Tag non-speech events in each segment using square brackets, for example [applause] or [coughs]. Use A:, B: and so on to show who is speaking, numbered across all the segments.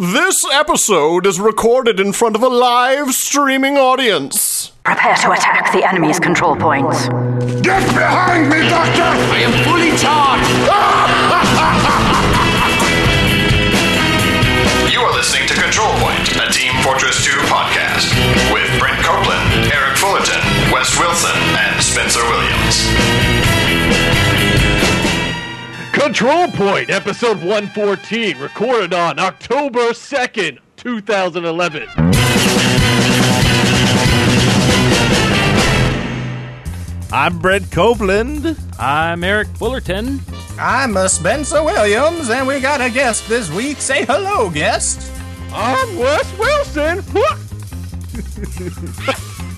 A: This episode is recorded in front of a live streaming audience.
B: Prepare to attack the enemy's control points.
C: Get behind me, Doctor!
D: I am fully charged!
E: you are listening to Control Point, a Team Fortress 2 podcast with Brent Copeland, Eric Fullerton, Wes Wilson, and Spencer Williams.
F: Control Point, episode 114, recorded on October 2nd, 2011.
G: I'm Brett Copeland.
H: I'm Eric Fullerton.
I: I'm uh, Spencer Williams, and we got a guest this week. Say hello, guest.
J: I'm Wes Wilson.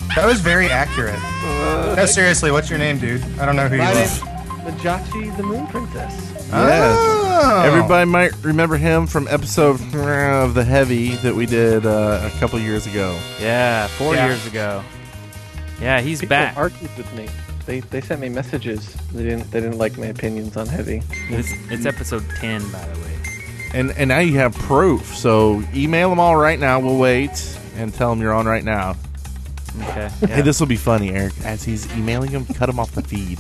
I: that was very accurate. Uh, no, seriously, what's your name, dude? I don't know who you are.
J: Majachi the Moon Princess. Yes.
G: Oh. Everybody might remember him from episode of The Heavy that we did uh, a couple years ago.
H: Yeah, four yeah. years ago. Yeah, he's
J: People
H: back.
J: Argued with me. They, they sent me messages. They didn't they didn't like my opinions on heavy.
H: It's, it's episode ten, by the way.
G: And and now you have proof. So email them all right now. We'll wait and tell them you're on right now.
H: Okay.
G: Yeah. Hey, this will be funny, Eric. As he's emailing him, cut him off the feed,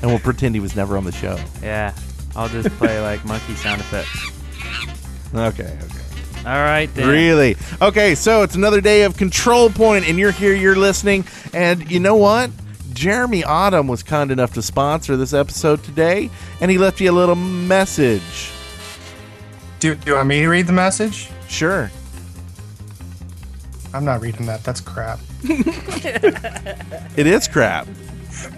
G: and we'll pretend he was never on the show.
H: Yeah, I'll just
J: [laughs]
H: play like monkey sound effects.
G: Okay. Okay.
H: All right, then.
G: Really? Okay, so it's another day of Control Point, and you're here, you're listening. And you know what? Jeremy Autumn was kind enough to sponsor this episode today, and he left you a little message.
I: Do, do you want me to read the message?
G: Sure.
I: I'm not reading that. That's crap.
G: it is crap.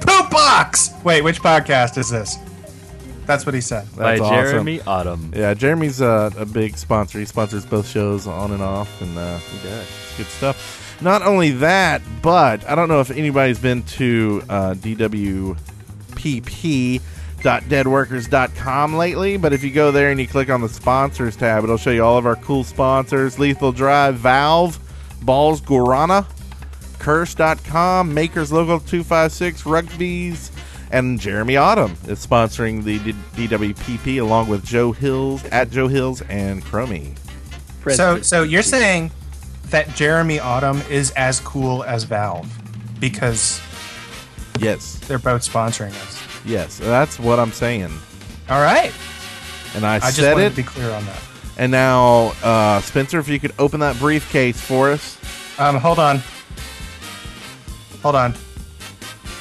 I: Poop box! Wait, which podcast is this? That's what he said.
H: That's By Jeremy awesome. Autumn.
G: Yeah, Jeremy's uh, a big sponsor. He sponsors both shows on and off, and uh, he does. It's good stuff. Not only that, but I don't know if anybody's been to uh, DWPP.deadworkers.com lately, but if you go there and you click on the sponsors tab, it'll show you all of our cool sponsors Lethal Drive, Valve, Balls Guarana, Curse.com, Makers Local 256, Rugby's and Jeremy Autumn is sponsoring the D- DWPP along with Joe Hills at Joe Hills and Cromie.
I: So, so you're saying that Jeremy Autumn is as cool as Valve because
G: yes,
I: they're both sponsoring us.
G: Yes, that's what I'm saying.
I: All right,
G: and I, I
I: just
G: said it.
I: To be clear on that.
G: And now, uh, Spencer, if you could open that briefcase for us.
I: Um, hold on. Hold on.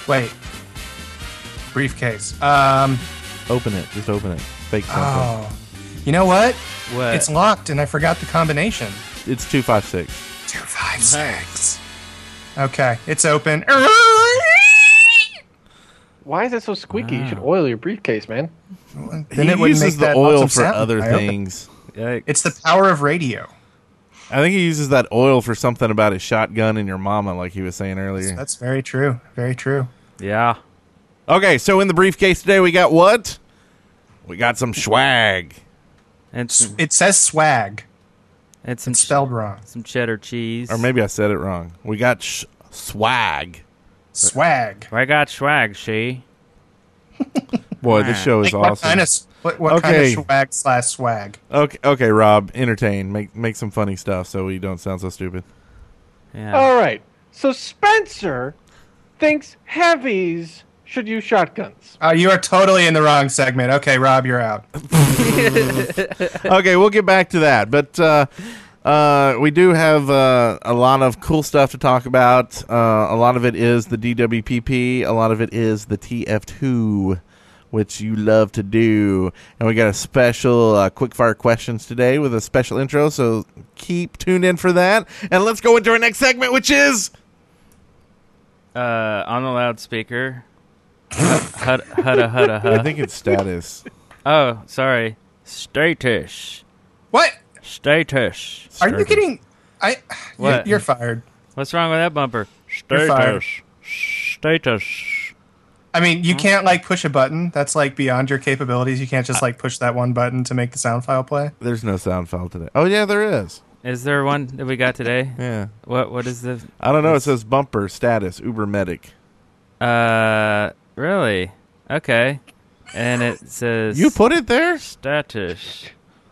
I: Wait briefcase. Um,
G: open it. Just open it. Fake something. Oh,
I: you know what?
H: What?
I: It's locked, and I forgot the combination.
G: It's two five six.
I: Two five six. Okay, it's open.
J: Why is it so squeaky? Wow. You should
H: Ah.
J: oil your briefcase, man.
G: Well, then he it uses the oil for sound. other things.
I: Yikes. It's the power of radio.
G: I think he uses that oil for something about his shotgun and your mama, like he was saying earlier.
I: That's very true. Very true.
H: Yeah.
G: Okay, so in the briefcase today we got what? We got some swag.
I: And it says swag.
H: And some
I: it's spelled wrong.
H: Some cheddar cheese.
G: Or maybe I said it wrong. We got sh- swag.
I: Swag.
H: I got swag, she.
G: Boy, this show is
I: like,
G: awesome.
I: What kind of, what, what okay. kind of swag slash swag?
G: Okay, okay, Rob, entertain. Make make some funny stuff so we don't sound so stupid.
J: Yeah. All right. So Spencer thinks heavies should use shotguns.
I: Uh, you are totally in the wrong segment. Okay, Rob, you're out.
G: okay, we'll get back to that. But uh, uh, we do have uh, a lot of cool stuff to talk about. Uh, a lot of it is the DWPP, a lot of it is the TF2. Which you love to do. And we got a special uh, quickfire questions today with a special intro. So keep tuned in for that. And let's go into our next segment, which is.
H: Uh, on the loudspeaker. [laughs] hud, hud, hud,
G: I think it's [laughs] status.
H: Oh, sorry. Status.
I: What?
H: Status.
I: Are status. you getting? I. [sighs] What? You're, fired.
H: What's wrong with that bumper? Status. Status.
I: I mean, you can't like push a button. That's like beyond your capabilities. You can't just like push that one button to make the sound file play.
G: There's no sound file today. Oh yeah, there is.
H: Is there one that we got today?
G: yeah.
H: What? What is the?
G: I don't know. It says bumper status Uber medic.
H: Uh. Really? Okay. And it says
G: You put it there?
H: Status.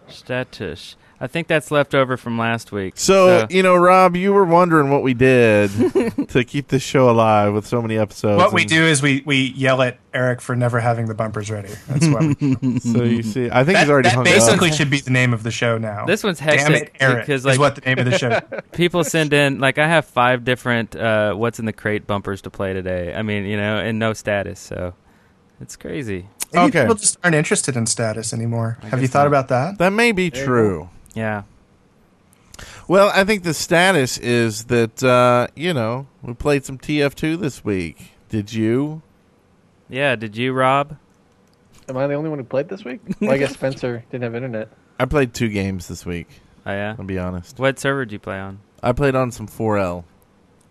H: Status. I think that's left over from last week.
G: So, you know, Rob, you were wondering what we did to keep this show alive with so many episodes.
I: What we
G: and
I: do is we, we yell at Eric for never having the bumpers ready. That's what
G: [laughs]
I: we
G: So you see, I think he's
I: that,
G: already
I: that
G: hung
I: basically
G: up.
I: should be the name of the show now.
H: This one's
I: Damn it,
H: hectic
I: Eric
H: because,
I: is
H: like-
I: what the name of the
G: [laughs]
I: show.
H: people send in like I have five different uh, what's in the crate bumpers to play today. I mean, you know, and no status, so it's crazy.
I: Maybe
G: Okay.
I: people just aren't interested in status anymore. Have you thought about that?
G: That may be true.
H: Yeah,
G: Well, I think the status is that uh, you know we played some TF2 this week. Did you?
H: yeah. Did you, Rob?
J: Am I the only one who played this week? Well, I guess Spencer didn't have internet.
G: I played two games this week.
H: Oh yeah.
G: I'll be honest.
H: What server did you play on?
G: I played on some 4L.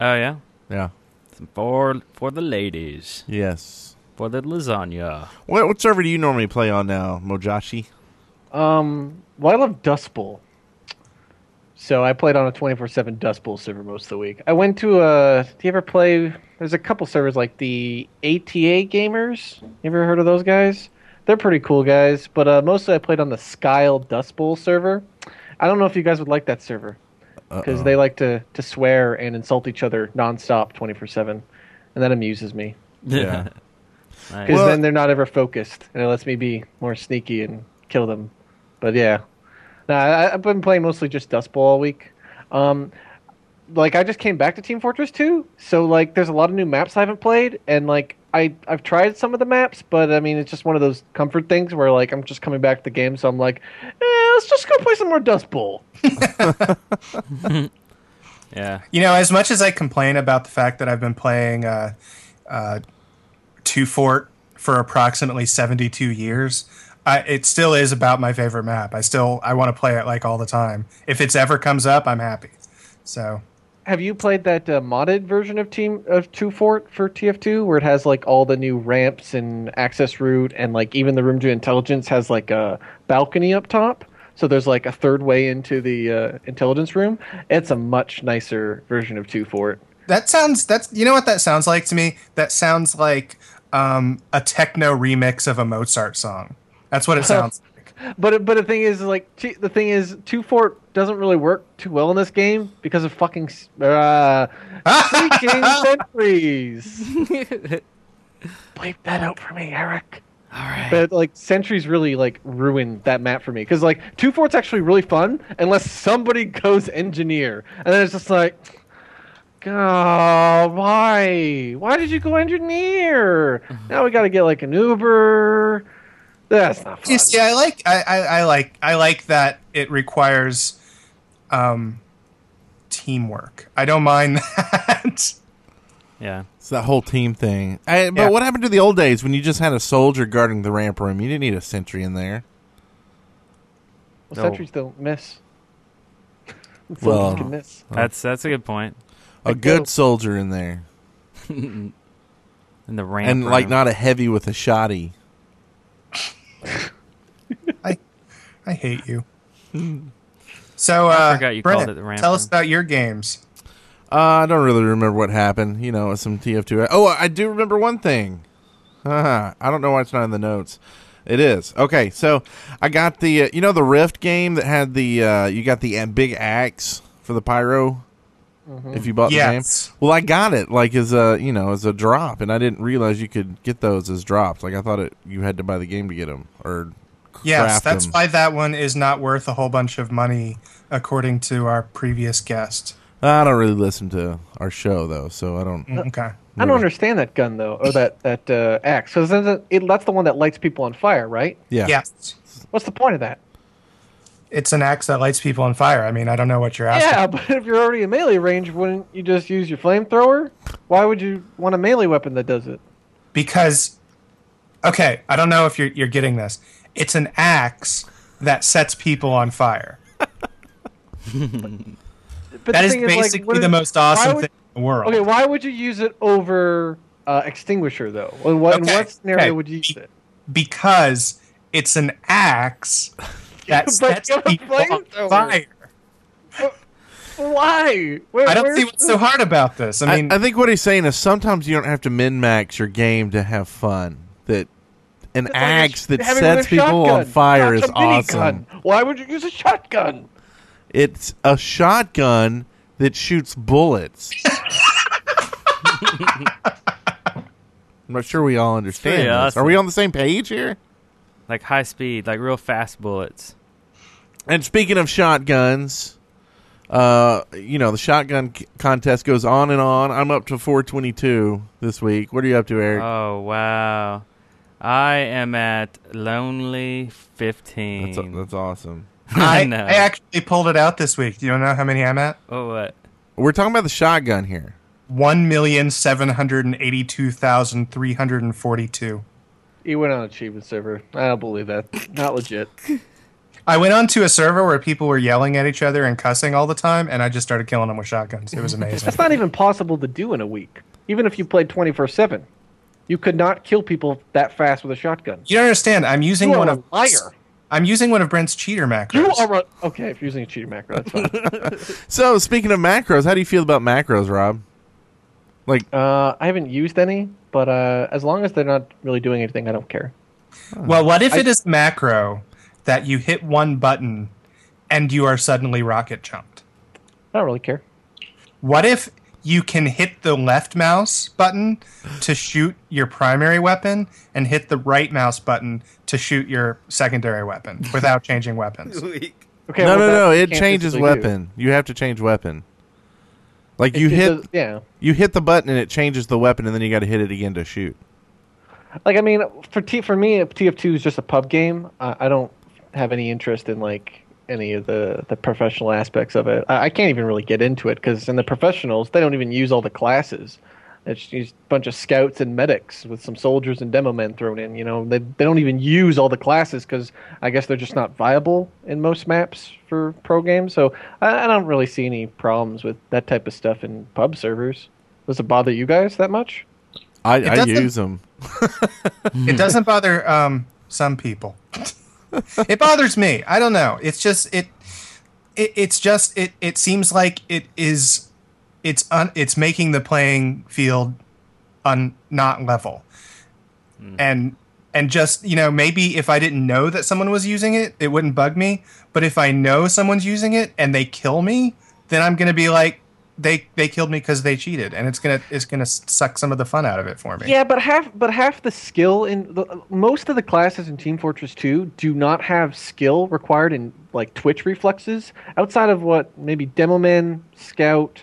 H: Oh yeah.
G: Yeah.
H: Some for for the ladies
G: Yes.
H: for the lasagna.
G: What, what server do you normally play on now, Mojashi?
J: Um, well, I love Dust Bowl. So I played on a 24 7 Dust Bowl server most of the week. I went to a. Do you ever play. There's a couple servers like the ATA Gamers. You ever heard of those guys? They're pretty cool guys, but uh, mostly I played on the Skyle Dust Bowl server. I don't know if you guys would like that server because they like to, to swear and insult each other nonstop 24 7, and that amuses me.
G: Yeah.
H: [laughs]
J: Because
G: Well-
J: then they're not ever focused, and it lets me be more sneaky and kill them. But yeah, nah, I, I've been playing mostly just Dust Bowl all week. Um, like I just came back to Team Fortress 2, so like there's a lot of new maps I haven't played, and like I I've tried some of the maps, but I mean it's just one of those comfort things where like I'm just coming back to the game, so I'm like, eh, let's just go play some more Dust Bowl.
H: yeah.
I: You know, as much as I complain about the fact that I've been playing uh, uh, Two Fort for approximately seventy-two years, I, it still is about my favorite map. I still I want to play it like all the time. If it's ever comes up, I'm happy. So
J: Have you played that uh, modded version of Team of Two Fort for TF2, where it has like all the new ramps and access route, and like even the room to intelligence has like a balcony up top, so there's like a third way into the uh, intelligence room. It's a much nicer version of Two Fort.
I: That sounds that's you know what that sounds like to me? That sounds like um, a techno remix of a Mozart song. That's what it sounds like.
J: But but the thing is, like t- the thing is, Two Fort doesn't really work too well in this game because of fucking s- uh, speaking sentries. Bleep that out for me, Eric. All right. But like sentries really like ruined that map for me because like Two Fort's actually really fun unless somebody [laughs] goes engineer and then it's just like. God, why? Why did you go engineer? Now we got to get like an Uber. That's not fun.
I: You see, I like I, I, I like I like that it requires um, teamwork. I don't mind [laughs] that.
H: Yeah.
G: It's that whole team thing. I, but
I: Yeah.
G: what happened to the old days when you just had a soldier guarding the ramp room? You didn't need a sentry in there.
J: Well,
H: No.
J: sentries don't miss. Soldiers
G: Well-
J: can miss.
H: That's that's a good point.
G: A good soldier in there,
H: And the ramp
G: and like
H: room.
G: not a heavy with a shoddy.
I: I I hate you. So uh,
H: Hmm. forgot you
I: Brennan,
H: called it the ramp
I: tell us
H: room.
I: about your games.
G: Uh, I don't really remember what happened. You know, some TF2. Oh, I do remember one thing. [laughs] Haha, I don't know why it's not in the notes. It is okay. So I got the uh, you know the Rift game that had the uh, you got the uh, big axe for the pyro. If you bought
I: Mm-hmm. Yes.
G: the game, well, I got it like as a you know as a drop, and I didn't realize you could get those as drops. Like I thought it you had to buy the game to get them or
I: Yes,
G: craft
I: that's
G: 'em.
I: why that one is not worth a whole bunch of money, according to our previous guest.
G: I don't really listen to our show though, so I don't.
J: Mm.
I: Okay.
J: I don't understand that gun though, or that that uh, axe. Because it, that's the one that lights people on fire, right?
G: Yeah,
I: Yes.
J: What's the point of that?
I: It's an axe that lights people on fire. I mean, I don't know what you're asking.
J: Yeah, [laughs] but if you're already in melee range, wouldn't you just use your flamethrower? Why would you want a melee weapon that does it?
I: Because, okay, I don't know if you're, you're getting this. It's an axe that sets people on fire.
J: But
I: That
J: the
I: is
J: thing like, what
I: basically
J: is-
I: the most
J: why
I: awesome
J: would-
I: thing in the world.
J: Okay, why would you use it over uh, extinguisher though? In what,
I: Okay,
J: in what scenario
I: okay.
J: would you use it?
I: Because it's an axe
J: [laughs]
I: that
J: But
I: sets
J: you have a
I: people on
J: flamethrower.
I: fire.
J: Why? Where,
I: I don't
J: where's
I: see what's
J: the-
I: so hard about this. I
G: I,
I: mean,
G: I think what he's saying is sometimes you don't have to min max your game to have fun. That an
J: It's like a sh-
G: axe that
J: having
G: sets
J: a
G: people on
J: shotgun,
G: fire
J: not
G: is
J: a minigun.
G: awesome.
J: Why would you use a shotgun?
G: It's a shotgun that
J: [laughs]
G: shoots bullets. I'm not sure we all understand.
H: pretty
G: This.
H: awesome.
G: Are we on the same page here?
H: Like high speed, like real fast bullets.
G: And speaking of shotguns, uh, you know the shotgun c- contest goes on and on. I'm up to 422 this week. What are you up to, Eric?
H: Oh wow. I am at lonely fifteen.
G: that's, that's awesome.
H: [laughs] I
I: [laughs] I,
H: know.
I: I actually pulled it out this week. Do you know how many I'm at?
H: oh what?
G: We're talking about the shotgun here.
I: One million seven hundred and eighty-two thousand three hundred and forty-two.
J: He went on achievement server. I don't believe that. Not legit.
I: I went onto a server where people were yelling at each other and cussing all the time, and I just started killing them with shotguns. It was
J: [laughs]
I: amazing.
J: That's not even possible to do in a week. Even if you played 24 7, you could not kill people that fast with a shotgun.
I: you don't understand. I'm using
J: You are
I: one
J: a
I: of
J: liar.
I: I'm using one of Brent's cheater macros.
J: You are a, okay. If you're using a cheating macro, that's
G: [laughs]
J: fine.
G: So speaking of macros, how do you feel about macros, Rob? Like
J: uh, I haven't used any, but uh, as long as they're not really doing anything, I don't care.
I: Well, what if it is macro that you hit one button and you are suddenly rocket jumped?
J: I don't really care.
I: What if you can hit the left mouse button to shoot your primary weapon and hit the right mouse button to shoot your secondary weapon without changing weapons?
J: Okay.
G: no,
J: well, that
G: no, no.
J: you
G: It
J: can't
G: changes
J: physically do.
G: weapon. You have to change weapon. Like
J: It
G: you
J: just
G: hit
J: does- yeah.
G: you hit the button and it changes the weapon, and then you got to hit it again to shoot.
J: Like I mean, for T for me, TF2 is just a pub game. I, I don't have any interest in like any of the the professional aspects of it. I, I can't even really get into it because in the professionals, they don't even use all the classes. It's just a bunch of scouts and medics with some soldiers and demo men thrown in. You know, they they don't even use all the classes because I guess they're just not viable in most maps for pro games. So I, I don't really see any problems with that type of stuff in pub servers. Does it bother you guys that much?
G: I, I
I: doesn't-
G: use them.
I: It doesn't bother um, some people. it bothers me. I don't know. It's just it. it it's just it. It seems like it is. It's un. It's making the playing field un not level. And and just you know maybe if I didn't know that someone was using it, it wouldn't bug me. But if I know someone's using it and they kill me, then I'm gonna be like. They, they killed me because they cheated, and it's gonna it's gonna suck some of the fun out of it for me.
J: Yeah, but half but half the skill in the, most of the classes in Team Fortress 2 do not have skill required in like twitch reflexes outside of what maybe demoman, scout,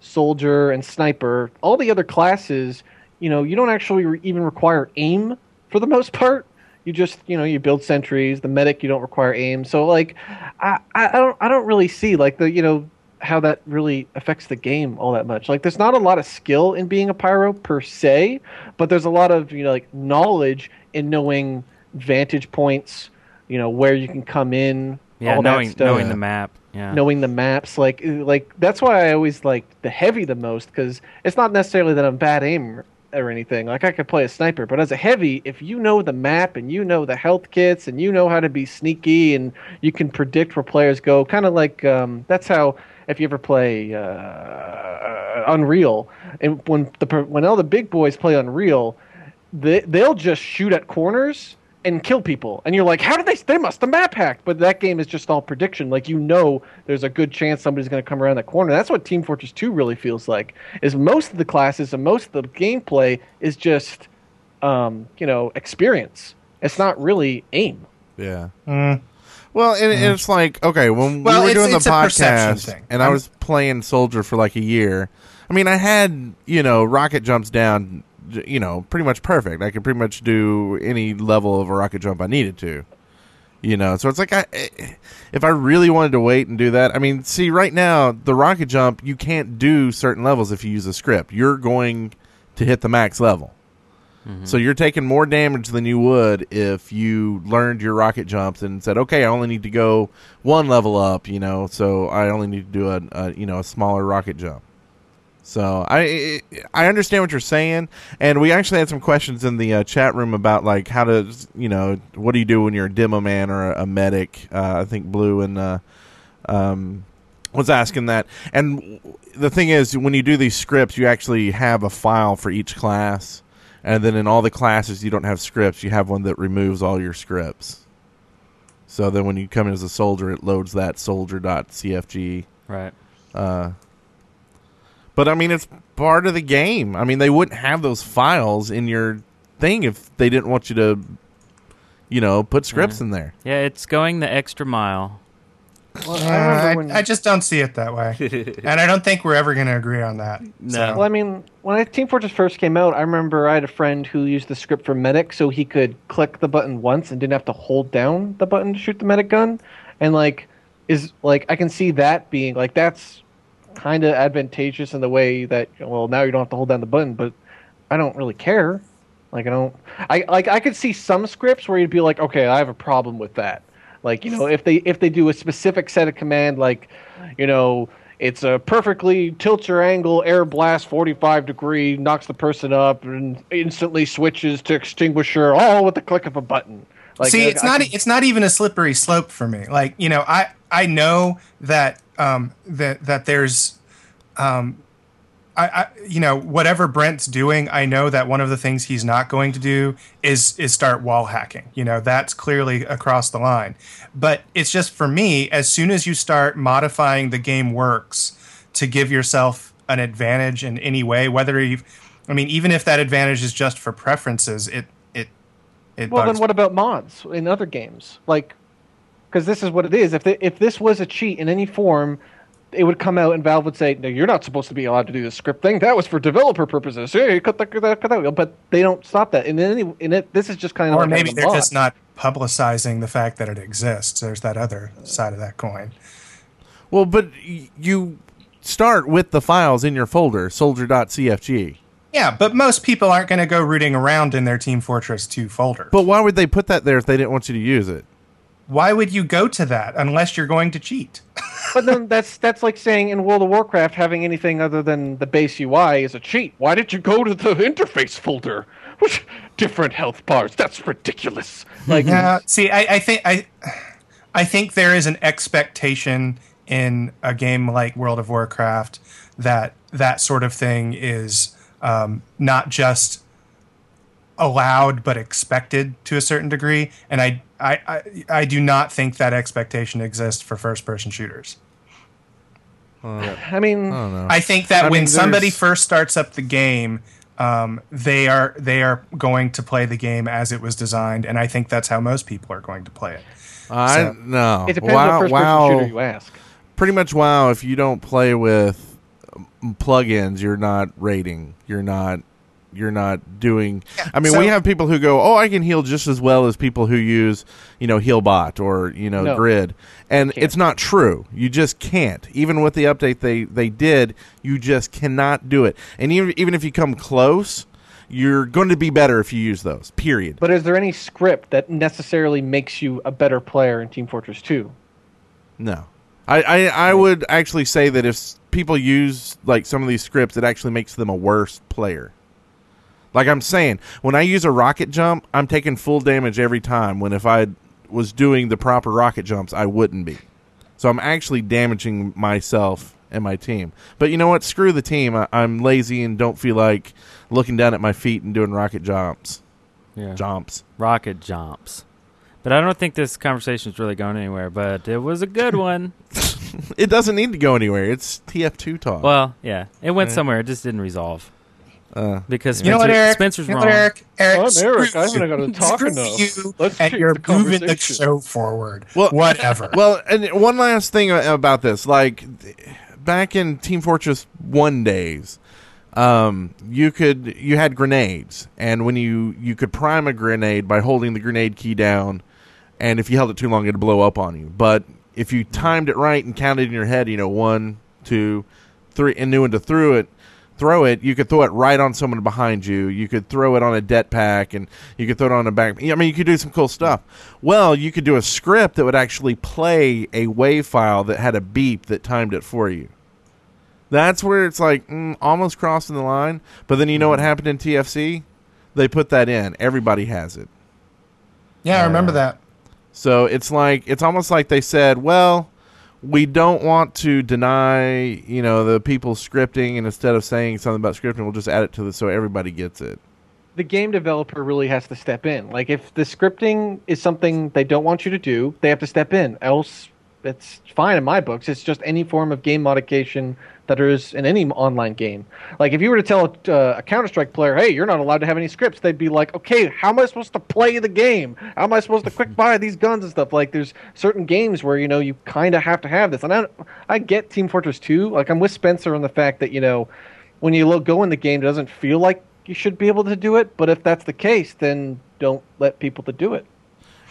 J: soldier and sniper. All the other classes, you know, you don't actually re- even require aim for the most [laughs] part. You just, you know, you build sentries. The medic, you don't require aim. So like, I, I I don't, I don't really see like the, you know, how that really affects the game all that much. Like, there's not a lot of skill in being a pyro per se, but there's a lot of you know like knowledge in knowing vantage points. You know where you can come in.
H: Yeah,
J: all
H: knowing
I: uh,
J: that stuff
H: knowing the map. Yeah.
J: knowing the maps like uh, like that's why i always like the heavy the most because it's not necessarily that i'm bad aim or anything like i could play a sniper but as a heavy if you know the map and you know the health kits and you know how to be sneaky and you can predict where players go kind of like um, that's how if you ever play uh, unreal and when the per- when all the big boys play unreal they, they'll just shoot at corners and kill people and you're like how did they they must have map hacked but that game is just all prediction like you know there's a good chance somebody's going to come around that corner that's what team fortress 2 really feels like is most of the classes and most of the gameplay is just um, you know experience it's not really aim
G: Yeah. Well, and, and it's like okay, when
I: Mm. Well,
G: we were
I: it's-
G: doing
I: it's
G: the
I: a perception
G: podcast,
I: thing.
G: and I was playing Soldier for like a year. I mean, I had you know rocket jumps down, j- you know, pretty much perfect. I could pretty much do any level of a rocket jump I needed to. You know, so it's like I, eh, if I really wanted to wait and do that, I mean, see, right now the rocket jump you can't do certain levels if you use a script. You're going to hit the max level. So you're taking more damage than you would if you learned your rocket jumps and said, "Okay, I only need to go one level up," you know. So I only need to do a, a you know a smaller rocket jump. So I I understand what you're saying, and we actually had some questions in the uh, chat room about like how to you know what do you do when you're a demo man or a, a medic? Uh, I think Blue and uh, um, was asking that. And the thing is, when you do these scripts, you actually have a file for each class, and then in all the classes, you don't have scripts. You have one that removes all your scripts. So then when you come in as a soldier, it loads that soldier.cfg.
H: Right.
G: But I mean, it's part of the game. I mean, they wouldn't have those files in your thing if they didn't want you to, you know, put scripts in there.
H: Yeah, it's going the extra mile.
J: Well, I
I: Uh, I,
J: remember when.
I: I just don't see it that way, and I don't think we're ever going to agree on that.
H: No.
J: well, I mean, when I, Team Fortress first came out, I remember I had a friend who used the script for medic, so he could click the button once and didn't have to hold down the button to shoot the medic gun, and like is like I can see that being like that's kind of advantageous in the way that well now you don't have to hold down the button, but I don't really care. Like I don't I like I could see some scripts where you'd be like, okay, I have a problem with that. Like, you know, if they if they do a specific set of command like, you know, it's a perfectly tilt your angle air blast 45 degree knocks the person up and instantly switches to extinguisher all with the click of a button. Like
I: See,
J: I-
I: it's
J: I
I: not e,
J: could-
I: it's not even a slippery slope for me. Like you know, I I know that um that that there's um I, I you know whatever Brent's doing, I know that one of the things he's not going to do is is start wall hacking. You know, that's clearly across the line. But it's just for me, as soon as you start modifying the game works to give yourself an advantage in any way, whether you've I mean, even if that advantage is just for preferences, it it it
J: Well,
I: bugs
J: then
I: me.
J: what about mods in other games? Like, because this is what it is. If they, if this was a cheat in any form, it would come out and Valve would say, "No, you're not supposed to be allowed to do this script thing. That was for developer purposes. Yeah, you cut that, cut that, cut that." But they don't stop that. And then any, and it, this is just kind of
I: or
J: like
I: maybe
J: a
I: they're
J: mod.
I: just not publicizing the fact that it exists. There's that other side of that coin.
G: Well, but y- you start with the files in your folder, soldier.cfg.
I: Yeah, but most people aren't going to go rooting around in their Team Fortress 2 folder.
G: But why would they put that there if they didn't want you to use it?
I: Why would you go to that unless you're going to cheat?
J: But then that's that's like saying in World of Warcraft having anything other than the base UI is a cheat. Why did you go to the interface folder? Which different health bars? That's ridiculous.
I: [laughs]
J: Like,
I: Yeah, Uh,
G: Mm.
I: see, I, I think I, I think there is an expectation in a game like World of Warcraft that that sort of thing is um, not just allowed but expected to a certain degree, and I, I, I, I do not think that expectation exists for first-person shooters.
J: I mean.
I: I think that
G: I
I: when
G: mean,
I: somebody
G: there's-
I: first starts up the game, um, they are they are going to play the game as it was designed, and I think that's how most people are going to play it.
G: I
I: So-
G: no.
J: It depends
G: wow,
J: on first
G: wow.
J: person shooter you ask.
G: Pretty much wow. If you don't play with um, plugins, you're not rating. You're not. You're not doing. I mean,
I: so-
G: we have people who go, "Oh, I can heal just as well as people who use, you know, HealBot or you know,
J: No.
G: Grid," and it's not true. You just can't. Even with the update they they did, you just cannot do it. And even even if you come close, you're going to be better if you use those. Period.
J: But is there any script that necessarily makes you a better player in Team Fortress 2?
G: No, I, I I would actually say that if s- people use like some of these scripts, it actually makes them a worse player. Like I'm saying, when I use a rocket jump, I'm taking full damage every time. When if I was doing the proper rocket jumps, I wouldn't be. So I'm actually damaging myself and my team. But you know what? Screw the team. I, I'm lazy and don't feel like looking down at my feet and doing rocket jumps.
H: Yeah.
G: Jumps.
H: Rocket jumps. But I don't think this conversation is really going anywhere, but it was a
I: [laughs]
H: good one.
G: It doesn't need to go anywhere. It's TF2 talk.
H: Well, yeah. It went somewhere. It just didn't resolve. because Spencer,
I: Uh, You know what, Eric?
H: Spencer's
I: you know
H: wrong.
I: what, Eric? Eric,
J: I'm
I: screw
J: Eric. I haven't
I: you.
J: gotta talk
I: Screw
J: enough.
I: You,
J: Let's
I: and
J: kick
I: you're
J: the
I: moving the
J: conversation.
I: show forward.
G: Well-
I: Whatever.
G: [laughs] Well, and one last thing a- about this, like th- back in Team Fortress One days, um, you could you had grenades, and when you you could prime a grenade by holding the grenade key down, and if you held it too long, it'd blow up on you. But if you timed it right and counted in your head, you know one, two, three, and knew when to throw it. Throw it. You could throw it right on someone behind you. You could throw it on a det pack, and you could throw it on a back. I mean, you could do some cool stuff. Well, you could do a script that would actually play a WAV file that had a beep that timed it for you. That's where it's like mm, almost crossing the line. But then you know what happened in TFC? They put that in. Everybody has it.
I: yeah, I
H: uh,
I: remember that.
G: So it's like it's almost like they said, well, we don't want to deny you know the people scripting, and instead of saying something about scripting, we'll just add it to the so everybody gets it.
J: the game developer really has to step in. Like if the scripting is something they don't want you to do, they have to step in. Else, it's fine in my books. It's just any form of game modification that is in any online game. Like if you were to tell a, uh, a Counter Strike player, "Hey, you're not allowed to have any scripts," they'd be like, "Okay, how am I supposed to play the game? How am I supposed to quick buy these guns and stuff?" Like there's certain games where you know you kind of have to have this. And I I get Team Fortress 2. Like I'm with Spencer on the fact that you know when you lo- go in the game, it doesn't feel like you should be able to do it. But if that's the case, then don't let people to do it.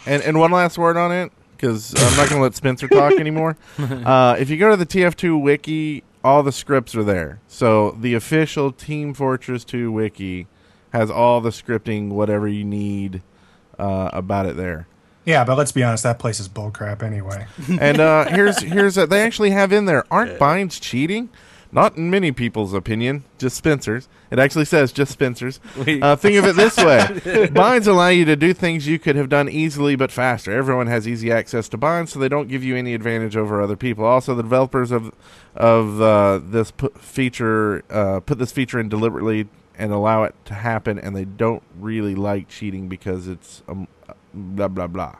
G: And and one last word on it because I'm not going to let Spencer talk anymore. Uh, if you go to the TF2 wiki, all the scripts are there. So the official Team Fortress 2 wiki has all the scripting, whatever you need uh, about it there.
I: Yeah, but let's be honest, that place is
J: [laughs]
I: bullcrap anyway.
G: And uh, here's here's a, they actually have in there. Aren't binds cheating? Not in many people's opinion, just Spencer's. It actually says just Spencer's. Uh, think of it this way: binds allow you to do things you could have done easily but faster. Everyone has easy access to binds, so they don't give you any advantage over other people. Also, the developers of of uh, this pu- feature uh, put this feature in deliberately and allow it to happen, and they don't really like cheating because it's um, blah blah blah.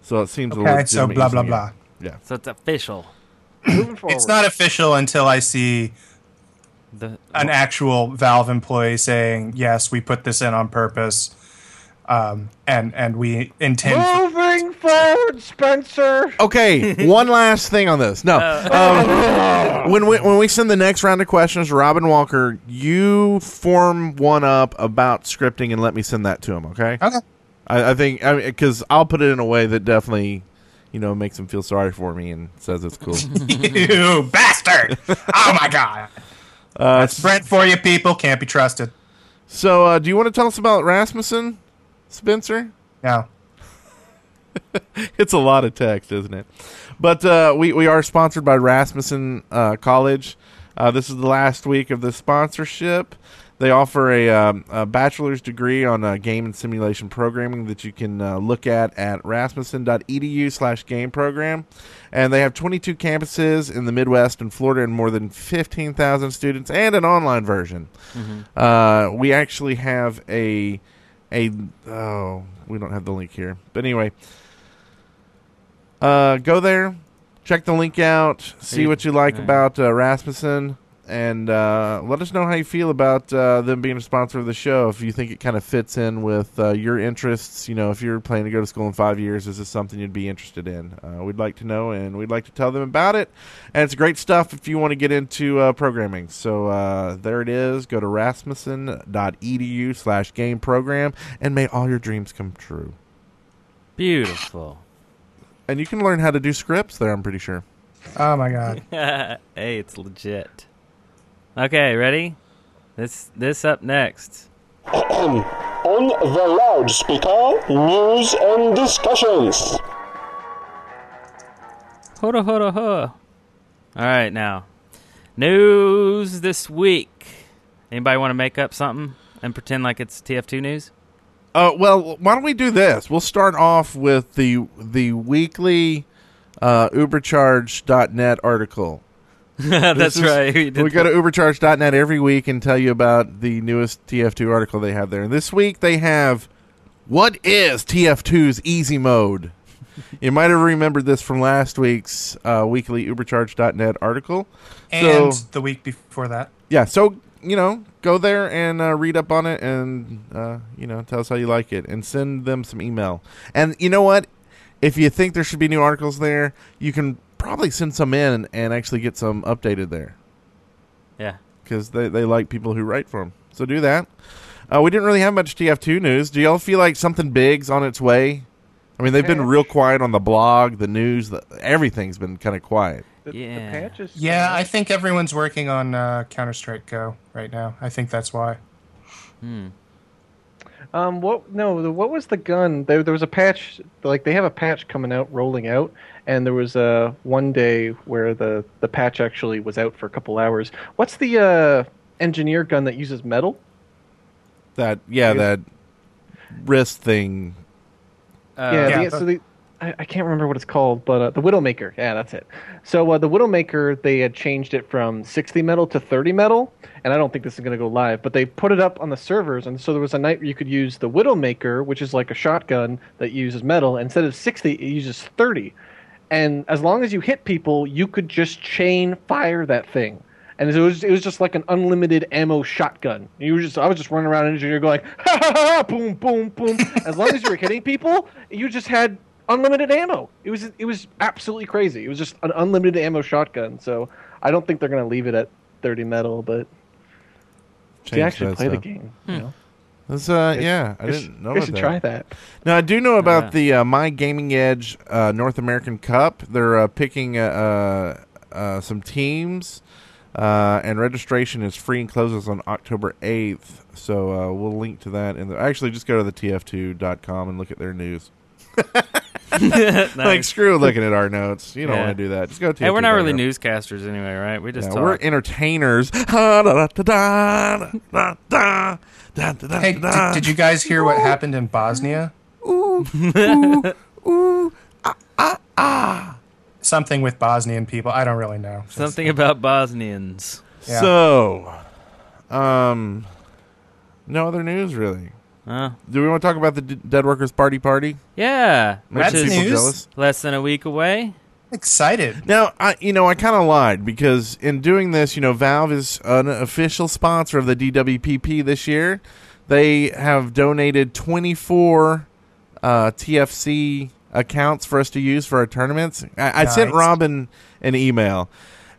G: So it seems a
I: Okay,
G: little.
I: so blah blah blah.
G: Yeah.
H: So it's official.
J: Moving forward,
I: It's not official until I see
H: The,
I: an actual Valve employee saying, "Yes, we put this in on purpose, um, and and we intend." for-"
J: moving forward, Spencer.
G: Okay, one last thing on this. No, um, when we when we send the next round of questions, Robin Walker, you form one up about scripting and let me send that to him. Okay.
I: Okay.
G: I, I think because I'll put it in a way that definitely, you know, makes him feel sorry for me and says it's cool.
I: [laughs] you bastard! Oh my god!
G: uh,
I: That's Brent for you, people. Can't be trusted.
G: so, uh, do you want to tell us about Rasmussen, Spencer?
I: No.
G: [laughs] it's a lot of text, isn't it? But uh, we we are sponsored by Rasmussen uh, College. Uh, this is the last week of the sponsorship. They offer a, um, a bachelor's degree on uh, game and simulation programming that you can uh, look at at rasmussen.edu slash game program. And they have 22 campuses in the Midwest and Florida and more than 15,000 students and an online version. Uh, we actually have a, a, oh, we don't have the link here. But anyway, uh, go there, check the link out, see what you like about uh, Rasmussen, and uh, let us know how you feel about uh, them being a sponsor of the show. If you think it kind of fits in with uh, your interests, you know, if you're planning to go to school in five years, is this something you'd be interested in? Uh, we'd like to know, and we'd like to tell them about it. And it's great stuff if you want to get into uh, programming. So uh, there it is. Go to rasmussen.edu slash game program, and may all your dreams come true.
H: beautiful.
G: And you can learn how to do scripts there, I'm pretty sure.
I: Oh my god.
H: [laughs] hey, it's legit. Okay, ready? This this up next.
D: On the loudspeaker, news and discussions.
H: Hoda hoda ho. All right, now news this week. Anybody want to make up something and pretend like it's TF2 [laughs] news?
G: Uh, well, why don't we do this? We'll start off with the the weekly uh, ubercharge.net article.
H: That's
G: This is-
H: right. [laughs] We did
G: We go to ubercharge.net every week and tell you about the newest TF2 article they have there. And this week they have what is TF2's easy mode? you might have remembered this from last week's uh, weekly ubercharge.net article.
I: And
G: so,
I: the week before that.
G: yeah, so you know, go there and uh, read up on it, and uh, you know, tell us how you like it, and send them some email. And you know what? If you think there should be new articles there, you can probably send some in and actually get some updated there
H: [laughs] yeah.
G: because they, they like people who write for them. So do that. Uh, we didn't really have much TF2 news. Do y'all feel like something big's on its way? I mean, they've been real quiet on the blog, the news, the, everything's been kind of quiet.
J: The, the
H: Yeah.
J: patch is-
I: Yeah, I think everyone's working on uh, Counter Strike Go right now. I think that's why.
J: Um, what? No, the, what was the gun? There, there was a patch. Like they have a patch coming out, rolling out, and there was uh, one day where the the patch actually was out for a couple hours. What's the uh, engineer gun that uses metal?
G: That yeah, that wrist thing
H: Uh,
J: yeah,
I: yeah.
J: the- so the I, I can't remember what it's called, but uh, the Widowmaker. Yeah, that's it. So uh, the Widowmaker, they had changed it from 60 metal to 30 metal, and I don't think this is going to go live, but they put it up on the servers, and so there was a night where you could use the Widowmaker, which is like a shotgun that uses metal. Instead of 60, it uses 30, and as long as you hit people, you could just chain fire that thing. And it was, it was just like an unlimited ammo shotgun. You were just I was just running around and you're going ha ha ha ha, boom boom boom. As long as you were hitting people, you just had unlimited ammo. It was it was absolutely crazy. It was just an unlimited ammo shotgun. So I don't think they're gonna leave it at 30 metal, but they
G: Change
J: actually
G: that
J: play the
G: stuff.
J: game. You know?
G: That's, uh, yeah, I
J: You should-
G: didn't know
J: you
G: about
J: should
G: that.
J: try that.
G: Now I do know about the uh, My Gaming Edge uh, North American Cup. They're uh, picking uh, uh, uh, some teams, uh, and registration is free and closes on October eighth. So uh, we'll link to that. And actually, just go to the tf2.com and look at their news. Like
H: Nice.
G: screw looking at our notes. You don't
H: Yeah.
G: want to do that. Just go to.
H: Hey, we're not really
G: tf2.com.
H: newscasters anyway, right? We just
G: Yeah,
H: talk.
G: we're entertainers. [laughs] Ha, da, da, da, da, da, da, da, da, da,
I: Hey,
G: da.
I: did, did you guys hear what happened in Bosnia? Something with Bosnian people. I don't really know.
H: Something about Bosnians.
I: Yeah.
G: So, um, no other news really.
H: Huh?
G: Do we want to talk about the D- Dead Workers Party Party?
H: Yeah,
G: Makes
H: which is
G: people
I: news.
G: jealous.
H: less than a week away.
I: Excited.
G: Now, I you know I kind of lied because in doing this, you know, Valve is an official sponsor of the DWPP this year. They have donated twenty four uh, TFC accounts for us to use for our tournaments. I, I sent
I: Nice.
G: Robin an email,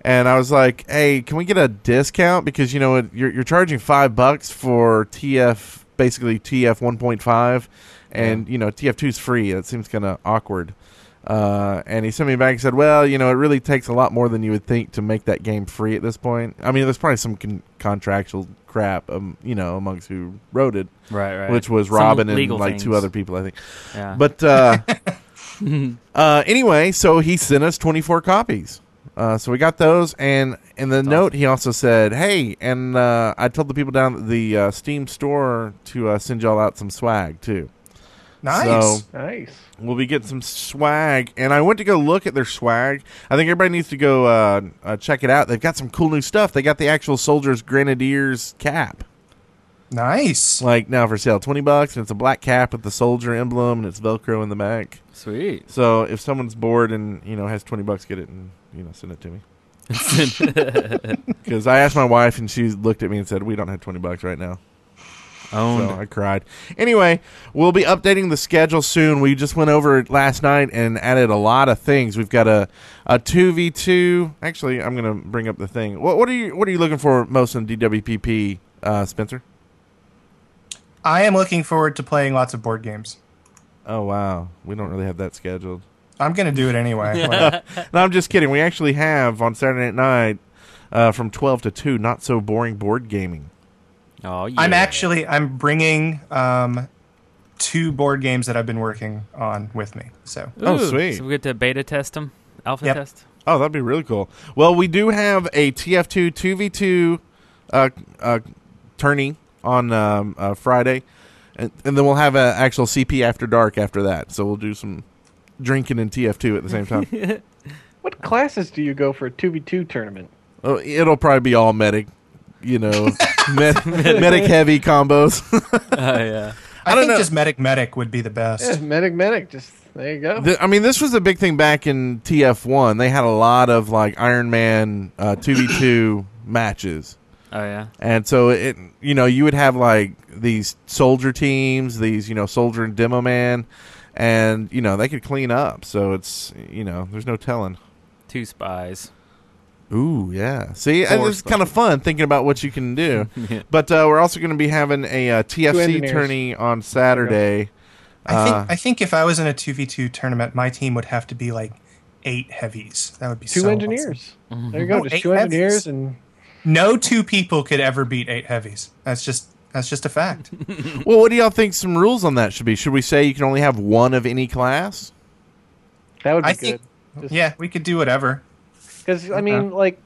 G: and I was like, "Hey, can we get a discount? Because you know what, you're, you're charging five bucks for TF, basically TF one point five, and you know TF two is free. That seems kind of awkward." Uh, and he sent me back and said, "Well, you know, it really takes a lot more than you would think to make that game free at this point. I mean, there's probably some con- contractual crap, um, you know, amongst who wrote it,
H: Right, right.
G: which was
H: Some
G: Robin and
H: legal
G: like two
H: things.
G: other people, I think.
H: Yeah.
G: But
H: [laughs]
G: uh, uh, anyway, so he sent us 24 copies. Uh, so we got those, and in the note, he also said, "Hey," and uh, I told the people down at the uh, Steam store to uh, send y'all out some swag too.
I: Nice.
G: So
J: Nice.
G: we'll be getting some swag, and I went to go look at their swag. I think everybody needs to go uh, uh, check it out. They've got some cool new stuff. They got the actual soldier's grenadiers cap
I: nice.
G: like now for sale 20 bucks and it's a black cap with the soldier emblem and it's velcro in the back
H: Sweet.
G: so if someone's bored and you know has 20 bucks get it and you know send it to me because i asked my wife and she looked at me and said we don't have 20 bucks right now so
H: Owned.
G: i cried anyway we'll be updating the schedule soon we just went over it last night and added a lot of things we've got a, a 2v2 actually i'm gonna bring up the thing what, what are you what are you looking for most in dwpp uh, spencer
I: I am looking forward to playing lots of board games.
G: oh wow we don't really have that scheduled
I: I'm gonna do it
G: [laughs]
I: anyway. Like,
G: No, I'm just kidding. We actually have on Saturday night uh, from 12 to 2, not so boring board gaming.
H: [laughs] Oh, yeah.
I: I'm actually I'm bringing um, two board games that I've been working on with me. So
G: Oh,
H: Ooh,
G: sweet.
H: So we get to beta test them, alpha
I: Yep.
G: [laughs]
H: test.
G: Oh, that'd be really cool. Well, we do have a TF2 2v2 uh, uh, tourney on um, uh, Friday, and, and then we'll have an actual CP after dark after that. So we'll do some drinking and TF2 at the same time.
J: What classes do you go for a 2v2 tournament? [laughs]
G: oh, it'll probably be all medic, you know, med- [laughs] medic heavy combos.
H: Oh yeah.
I: I,
G: don't
I: think
G: know.
I: just medic medic would be the
J: Yeah,
I: best.
J: medic, medic. Just there you go.
G: The- I mean, this was a big thing back in TF1. They had a lot of like Iron Man uh, 2v2 [coughs] matches.
H: Oh yeah.
G: And so it, you know, you would have like these soldier teams, these, you know, soldier and demo man, and, you know, they could clean up. So it's, you know, there's no telling.
H: Two spies.
G: Ooh, yeah. See, and
H: Four
G: it's kind of fun thinking about what you can do. [laughs] But uh, we're also going to be having a uh, TFC
J: engineers.
G: tourney on Saturday.
I: I
G: Uh,
I: think I think if I was in a two v two tournament, my team would have to be like eight heavies. That would be
J: Two
I: so awesome.
J: engineers.
K: Mm-hmm.
J: There you go.
I: No,
J: Just
I: eight
J: two engineers
I: heavies.
J: and
I: No two people could ever beat eight heavies. That's just that's just a fact.
G: Well, what do y'all think some rules on that should be? Should we say you can only have one of any class?
J: that would be
I: I
J: good.
I: think
J: Just-
I: yeah, we could do whatever.
J: Because I mean, like,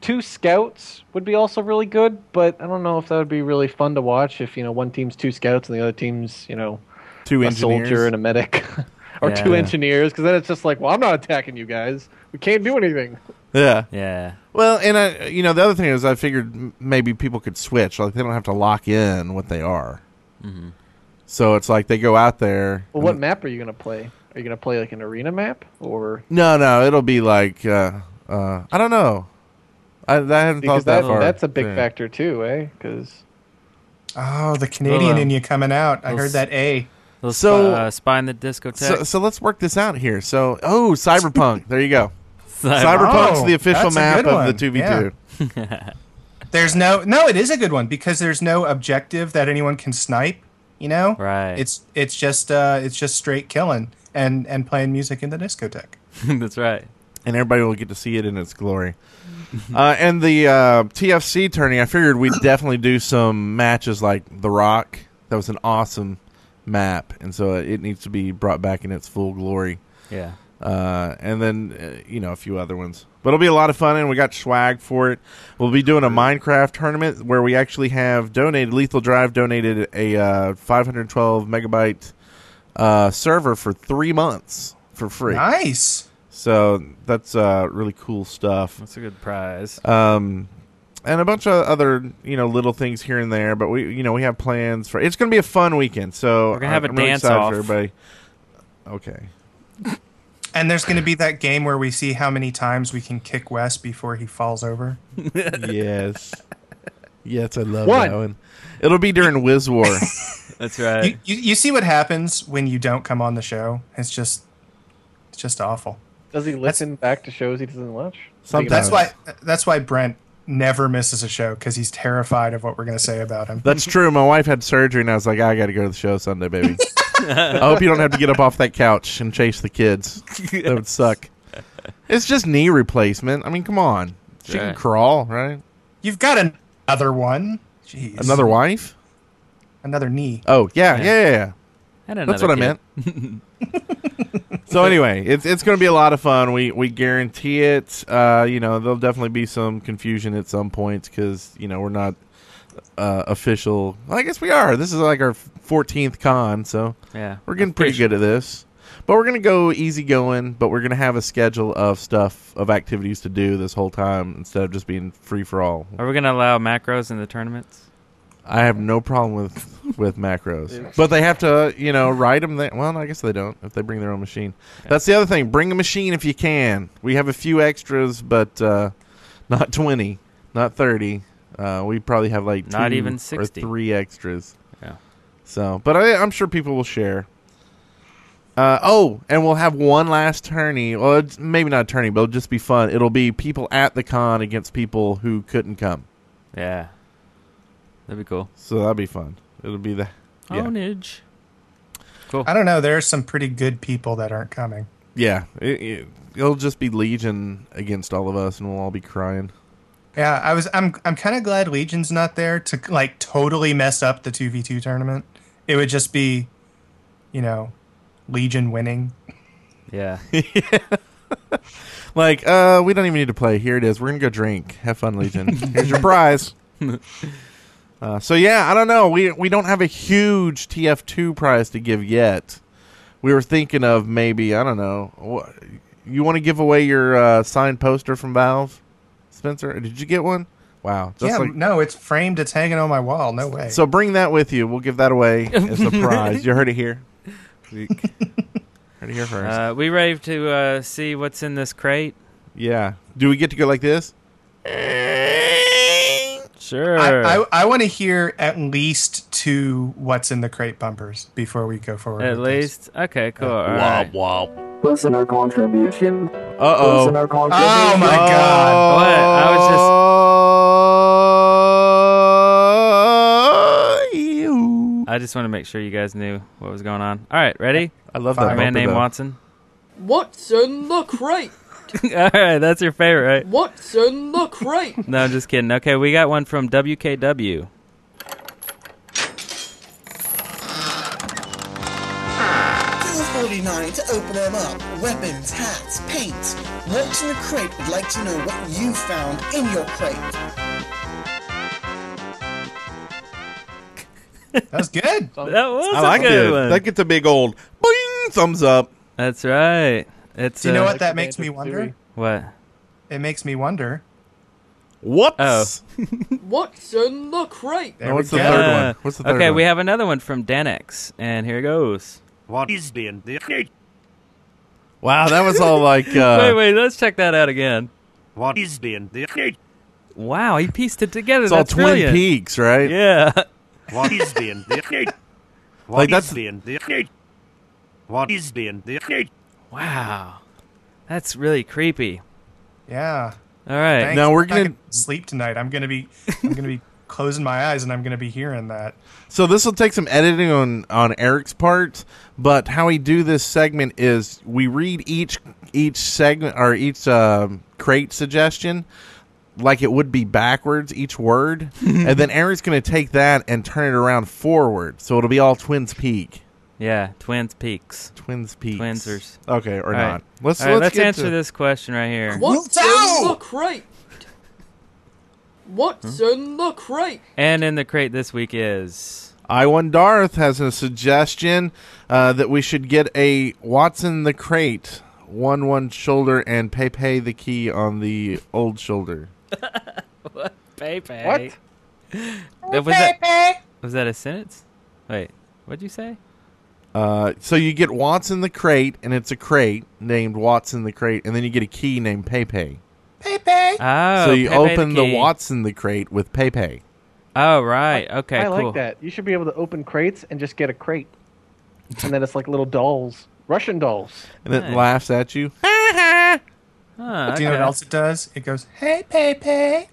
J: two scouts would be also really good, but I don't know if that would be really fun to watch if you know one team's two scouts and the other team's you know
G: Two
J: a
G: engineers.
J: soldier and a medic. [laughs] or
H: Yeah.
J: two
H: Yeah.
J: engineers because then it's just like, well, I'm not attacking you guys. We can't do anything.
G: Yeah.
H: Yeah.
G: Well, and I, you know, the other thing is, I figured m- maybe people could switch. Like they don't have to lock in what they are.
J: Mm-hmm.
G: So it's like they go out there.
J: Well, what map are you gonna play? Are you gonna play like an arena map or
G: No, no, it'll be like uh, uh, I don't know. I, I haven't
J: because
G: thought that,
J: that,
G: far.
J: that's a big
G: Yeah.
J: factor too, eh? Because
I: Oh, the Canadian
H: Hold on.
I: in you coming out. I
H: Those-
I: heard that A.
H: Little
G: So-
H: so uh, spy in the discotheque.
G: So, so let's work this out here. So, oh, Cyberpunk. there
J: [laughs]
G: you go.
H: Cyber-
G: Cyberpunk's
I: Oh,
G: the official
I: that's a
G: map
I: good
G: of the
I: one.
G: 2v2.
I: There's no no. It is a good one because there's no objective that anyone can snipe. You know,
H: Right.
I: It's it's just uh it's just straight killing and and playing music in the discotheque.
H: [laughs] That's right.
G: And everybody will get to see it in its glory. uh, and the uh, TFC tourney, I figured we'd definitely do some matches like The Rock. That was an awesome map. And so it needs to be brought back in its full glory.
H: Yeah.
G: uh, and then uh, you know a few other ones. But it'll be a lot of fun, and we got swag for it. We'll be doing a Minecraft tournament where we actually have donated. Lethal Drive donated a uh, 512 megabyte uh, server for three months for free.
I: Nice.
G: So that's uh, really cool stuff.
H: That's a good prize.
G: Um, and a bunch of other you know little things here and there. But we you know we have plans for. It's going to be a fun weekend. So
H: We're gonna have
G: I'm
H: a
G: really
H: dance
G: excited
H: off.
G: for everybody.
H: [laughs]
G: Okay.
I: And there's going to be that game where we see how many times we can kick West before he falls over.
G: yes. Yes, I love
J: One.
G: that one. It'll be during Wiz War.
H: That's right.
I: You, you, you see what happens when you don't come on the show. It's just it's just awful.
J: does he listen back to shows he doesn't watch?
I: That's
G: Sometimes.
I: why that's why Brent never misses a show because he's terrified of what we're going to say about him.
H: [laughs]
G: That's true. My wife had surgery, and I was like, I got to go to the show Sunday, baby. I hope you don't have to get up off that couch and chase the kids. That would suck. It's just knee replacement. I mean, come on. She can
H: Right.
G: crawl, right?
I: You've got another one. Jeez.
G: Another wife?
I: another knee.
G: Oh, yeah, yeah,
H: Yeah.
G: yeah. yeah.
H: And
G: That's
H: another
G: what I
H: kid.
G: meant. so anyway, it's it's going to be a lot of fun. We we guarantee it. Uh, you know, there'll definitely be some confusion at some points because you know we're not uh, official. Well, I guess we are. This is like our fourteenth con, so
H: Yeah.
G: we're getting pretty good at this. But we're going to go easy going. But we're going to have a schedule of stuff of activities to do this whole time instead of just being free for all.
H: Are we gonna allow macros in the tournaments?
G: I have no problem with [laughs] with macros, but they have to, you know, ride them. There. Well, I guess they don't if they bring their own machine. That's the other thing. Bring a machine if you can. We have a few extras, but uh, [laughs] not twenty, not thirty. Uh, we probably have like
H: Not
G: two
H: even
G: or
H: 60.
G: three extras.
H: Yeah.
G: So, but I, I'm sure people will share. Uh, oh, and we'll have one last tourney. Well, it's maybe not a tourney, but it'll just be fun. It'll be people at the con against people who couldn't come.
H: Yeah. That'd be cool.
G: So that'll be fun. It'll be the yeah.
H: Ownage.
I: I don't know. There are some pretty good people that aren't coming.
G: Yeah, it, it, it'll just be Legion against all of us, and we'll all be crying.
I: Yeah, I was. I'm. I'm kind of glad Legion's not there to like totally mess up the two v two tournament. It would just be, you know, Legion winning.
H: Yeah.
G: [laughs] Like, uh, we don't even need to play. Here it is. We're gonna go drink. Have fun, Legion. Here's your prize. Uh, so yeah, I don't know. We we don't have a huge TF2 prize to give yet. We were thinking of maybe I don't know. wha- You want to give away your uh, signed poster from Valve, Spencer? Did you get one? Wow, that's
I: yeah,
G: like-
I: no, it's framed. It's hanging on my wall. No way.
G: So bring that with you. We'll give that away as a prize. You heard it here. Zeke. heard it here first.
H: Uh, we ready to uh, see what's in this crate?
G: yeah. Do we get to go like this?
H: Sure.
I: I,
G: uh,
I: I, I want to hear at least two what's in the crate bumpers before we go forward.
H: At
I: with this.
H: least. Okay. Cool. All right.
K: Listener contribution.
G: Uh oh.
K: Listener contribution.
I: Oh my god!
H: What? I was just.
G: Oh,
H: I just want to make sure you guys knew what was going on. All right, ready?
G: I love
H: A
G: that.
H: man
G: bumper,
H: named
G: though.
H: Watson. [laughs]
K: What's in the crate?
H: All right, that's your favorite, right?
K: What's in the crate?
H: No, I'm just kidding. Okay, we got one from WKW.
K: Bill 49 to open them up. Weapons, hats, paints. What's in the crate would like to know what you found in your crate.
I: That was good.
H: That was
G: I like
H: a good
G: it.
H: one.
G: That gets a big old boing thumbs up.
H: That's right. It's.
I: Do you know
H: uh,
I: what that makes me wonder?
H: What?
I: It makes me wonder.
G: What?
H: Oh.
L: What's in the crate?
I: There What's we the go. third
H: Uh,
I: one? What's the third
H: okay,
I: one?
H: we have another one from Danex, and here goes.
M: What is in the crate?
G: Wow, that was
H: [laughs]
G: all like. Uh,
H: wait, wait, let's check that out again.
M: What is in the crate?
H: Wow, he pieced it together.
G: It's all
H: That's
G: Twin
H: brilliant.
G: Peaks, right?
H: Yeah. [laughs]
M: What is in the crate?
G: Like,
M: What
G: that's-
M: is in the crate? What is in the crate?
H: Wow, that's really creepy.
I: Yeah.
H: All right.
I: Thanks.
G: Now we're
I: I'm not
G: gonna-
I: sleep tonight. I'm gonna be I'm gonna
G: [laughs]
I: be closing my eyes and I'm gonna be hearing that.
G: So this will take some editing on on Eric's part, but how we do this segment is we read each each segment or each um crate suggestion like it would be backwards each word, and then Eric's going to take that and turn it around forward, so it'll be all Twins Peak.
H: Yeah, Twins Peaks.
G: Twins Peaks.
H: Twinsers.
G: Okay, or
H: All
G: not.
H: right.
G: Let's
H: All right,
G: let's,
H: let's
G: get
H: answer
G: to-
H: this question right here.
L: What's in the crate? What's
H: Hmm?
L: in the crate?
H: And in the crate this week is
G: I one Darth has a suggestion uh, that we should get a Watson the crate, one one shoulder, and Pepe the key on the old shoulder.
H: what? Pepe.
L: What?
H: That- was that was that a sentence? Wait, what'd you say?
G: Uh, so you get Watson the crate, and it's a crate named Watson the crate, and then you get a key named Pepe.
H: Pepe. Oh,
G: so you
H: Pepe
G: open the,
H: key.
G: Watson the crate with Pepe.
H: Oh right. Okay.
J: I
H: cool.
J: like that. You should be able to open crates and just get a crate, and then it's like little dolls, Russian dolls.
G: And it laughs at you. [laughs]
H: [laughs] Ah,
I: Do
J: [laughs]
I: you know what
J: okay.
I: else it does? It goes,
J: Hey, Pepe.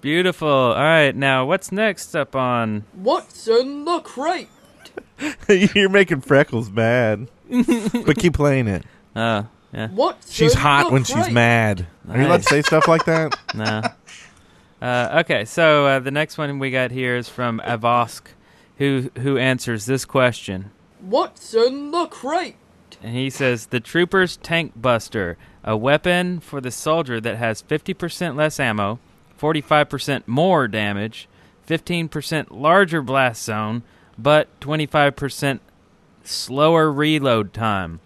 H: Beautiful. All right. Now, what's next up on?
L: What's in the crate?
G: You're making
H: [laughs]
G: Freckles mad, but keep playing it.
H: Uh, yeah.
L: What's
G: She's
L: in
G: hot
L: the
G: when she's
L: crate?
G: mad. Are you allowed to
H: Nice.
G: say stuff
H: [laughs]
G: like that?
H: No. Uh, okay, so uh, the next one we got here is from Avosk, who who answers this question,
L: What's in the crate?
H: and he says the Trooper's Tank Buster, a weapon for the soldier that has fifty percent less ammo, forty five percent more damage, fifteen percent larger blast zone, but twenty five percent slower reload time.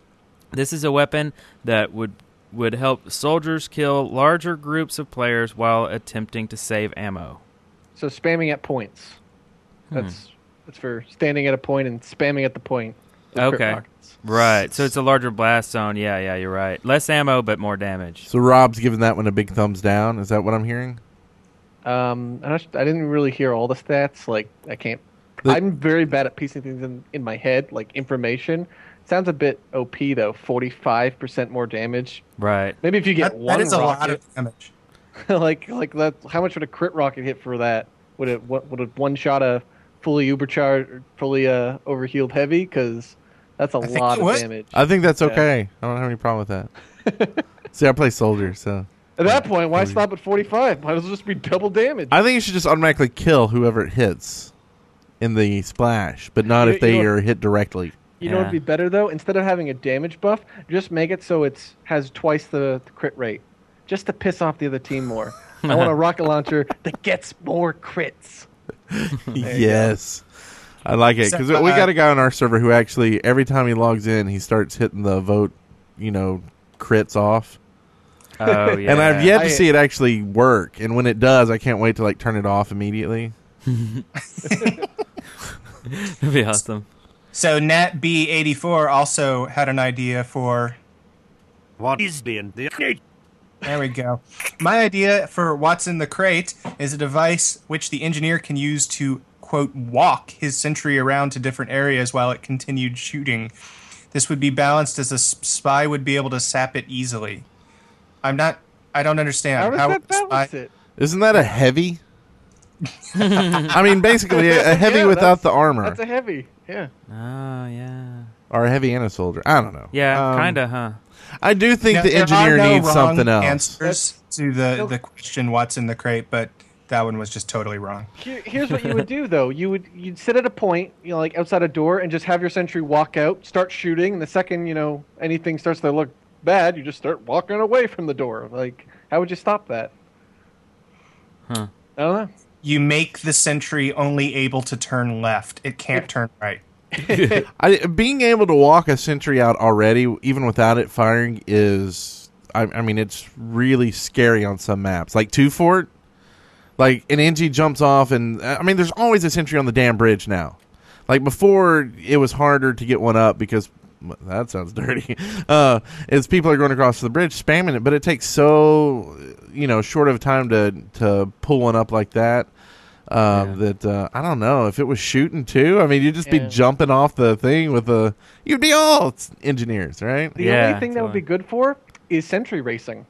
H: This is a weapon that would would help soldiers kill larger groups of players while attempting to save ammo.
J: So spamming at points.
H: Hmm.
J: That's that's for standing at a point and spamming at the point. with crit
H: Okay.
J: rock.
H: Right. So it's a larger blast zone. Yeah, yeah, you're right. Less ammo but more damage.
G: So Rob's giving that one a big thumbs down. Is that what I'm hearing?
J: Um, I, don't, I didn't really hear all the stats. Like I can't. I'm very bad at piecing things in, in my head, like information. Sounds a bit OP though. Forty five percent more damage.
H: Right.
J: Maybe if you get
I: That- that
J: one
I: is a lot
J: rocket-
I: of damage.
J: [laughs] like like that. How much would a crit rocket hit for that? Would it what, would it one shot a fully ubercharged, fully uh overhealed heavy? Because that's a
I: think
J: lot
I: it
J: of
I: would.
J: damage.
G: I think that's
J: Yeah.
G: okay. I don't have any problem with that.
J: [laughs]
G: See, I play soldier, so
J: At that point, why stop at forty five? Might as well just be double damage.
G: I think you should just automatically kill whoever it hits in the splash, but not
J: You-
G: if they
J: you know-
G: are hit
J: [laughs]
G: directly.
J: You know, it'd be better though. Instead of having a damage buff, just make it so it's has twice the, the crit rate, just to piss off the other team more. I want a rocket launcher that gets more crits.
G: yes. I like it
J: So,
G: because we
J: uh,
G: got a guy on our server who actually every time he logs in, he starts hitting the vote, you know, crits off.
H: Oh,
G: [laughs] And I've
H: [laughs] yeah.
G: yet to
H: I-
G: see it actually work. And when it does, I can't wait to like turn it off immediately.
H: That'd be awesome.
I: So Nat B eighty four also had an idea for
M: What is in the crate?
I: There we go. My idea for what's in the crate is a device which the engineer can use to quote walk his sentry around to different areas while it continued shooting. This would be balanced as a s- spy would be able to sap it easily. I'm not. I don't understand.
J: How does
I: would
J: that
I: a spy-
J: balance it?
G: Isn't that
J: [laughs]
G: a heavy? I mean, basically, a, a heavy
J: Yeah,
G: without
J: that's-
G: the armor,
J: That's a heavy. Yeah.
H: Oh yeah.
G: or a heavy and a soldier. I don't know.
H: Yeah,
G: Um,
H: kinda, huh?
G: I do think
I: Now,
G: the
I: there are
G: engineer
I: no
G: needs
I: wrong
G: something else.
I: Answers to the the question what's in the crate, but that one was just totally wrong.
J: Here- Here's what you would do though. You would you'd sit at a point, you know, like outside a door, and just have your sentry walk out, start shooting. And the second you know anything starts to look bad, you just start walking away from the door. Like, how would you stop that?
H: Huh.
J: I don't know.
I: You make the sentry only able to turn left. It can't turn right.
G: I, being able to walk a sentry out already, even without it firing, is I, I mean it's really scary on some maps. Like two fort, like an NG jumps off, and I mean there's always a sentry on the damn bridge now. Like before, it was harder to get one up because well, that sounds [laughs] dirty. Uh, is people are going across the bridge spamming it, but it takes so you know short of time to to pull one up like that. Um, That uh, I don't know if it was shooting too. I mean, you'd just
J: Yeah.
G: be jumping off the thing with a you'd be all s- engineers, right?
J: The only thing that would be good for is century racing.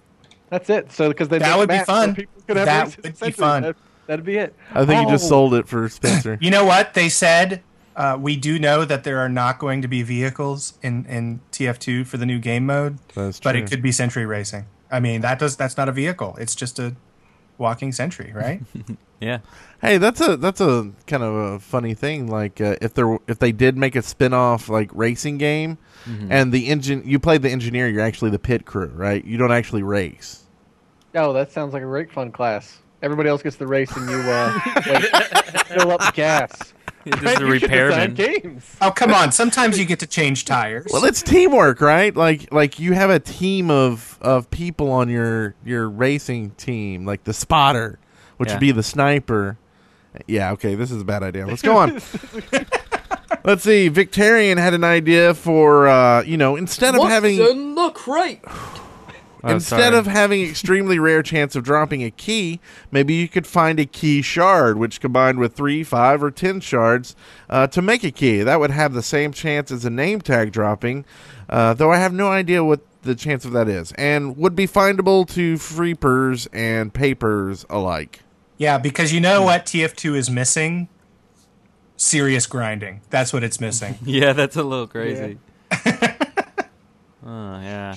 J: That's it. So because
I: That would be fun. That would be fun.
J: That, that'd be it.
G: I think you just
J: Oh.
G: sold it
I: [laughs]
G: for Spencer.
I: You know what they said? Uh, we do know that there are not going to be vehicles in, in TF2 for the new game mode,
G: That's
I: but
G: true.
I: it could be Sentry Racing. I mean, that does that's not a vehicle; it's just a walking Sentry,
G: [laughs]
I: right?
H: Yeah.
G: Hey, that's a that's a kind of a funny thing. Like uh, if there if they did make a spin off like racing game,
I: Mm-hmm.
J: Mhm.
G: and the engine you play the engineer, you're actually the pit crew, right? You don't actually race.
J: No, that sounds like a rake fun class. Everybody else gets the race, and you uh,
I: [laughs]
J: like, fill up gas.
G: [laughs]
H: This
I: is a repairman.
J: Games.
I: oh come on! Sometimes you get to change tires.
G: Well, it's teamwork, right? Like like you have a team of of people on your your racing team, like the spotter, which
A: Yeah.
G: would be the sniper. Yeah, okay, this is a bad idea. Let's go [laughs] on. Let's see. Victorian had an idea for uh, you know instead of
L: What's
G: having
L: in the crate?
H: Oh,
G: Instead
H: sorry.
G: of having extremely rare chance of dropping a key, maybe you could find a key shard, which combined with three, five, or ten shards uh, to make a key. That would have the same chance as a name tag dropping, uh, though I have no idea what the chance of that is, and would be findable to freepers and papers alike.
I: Yeah, because you
G: Hmm.
I: know what TF2 is missing? Serious grinding. That's what it's
G: [laughs]
I: missing.
H: [laughs] Yeah, that's a little crazy. [laughs] oh yeah,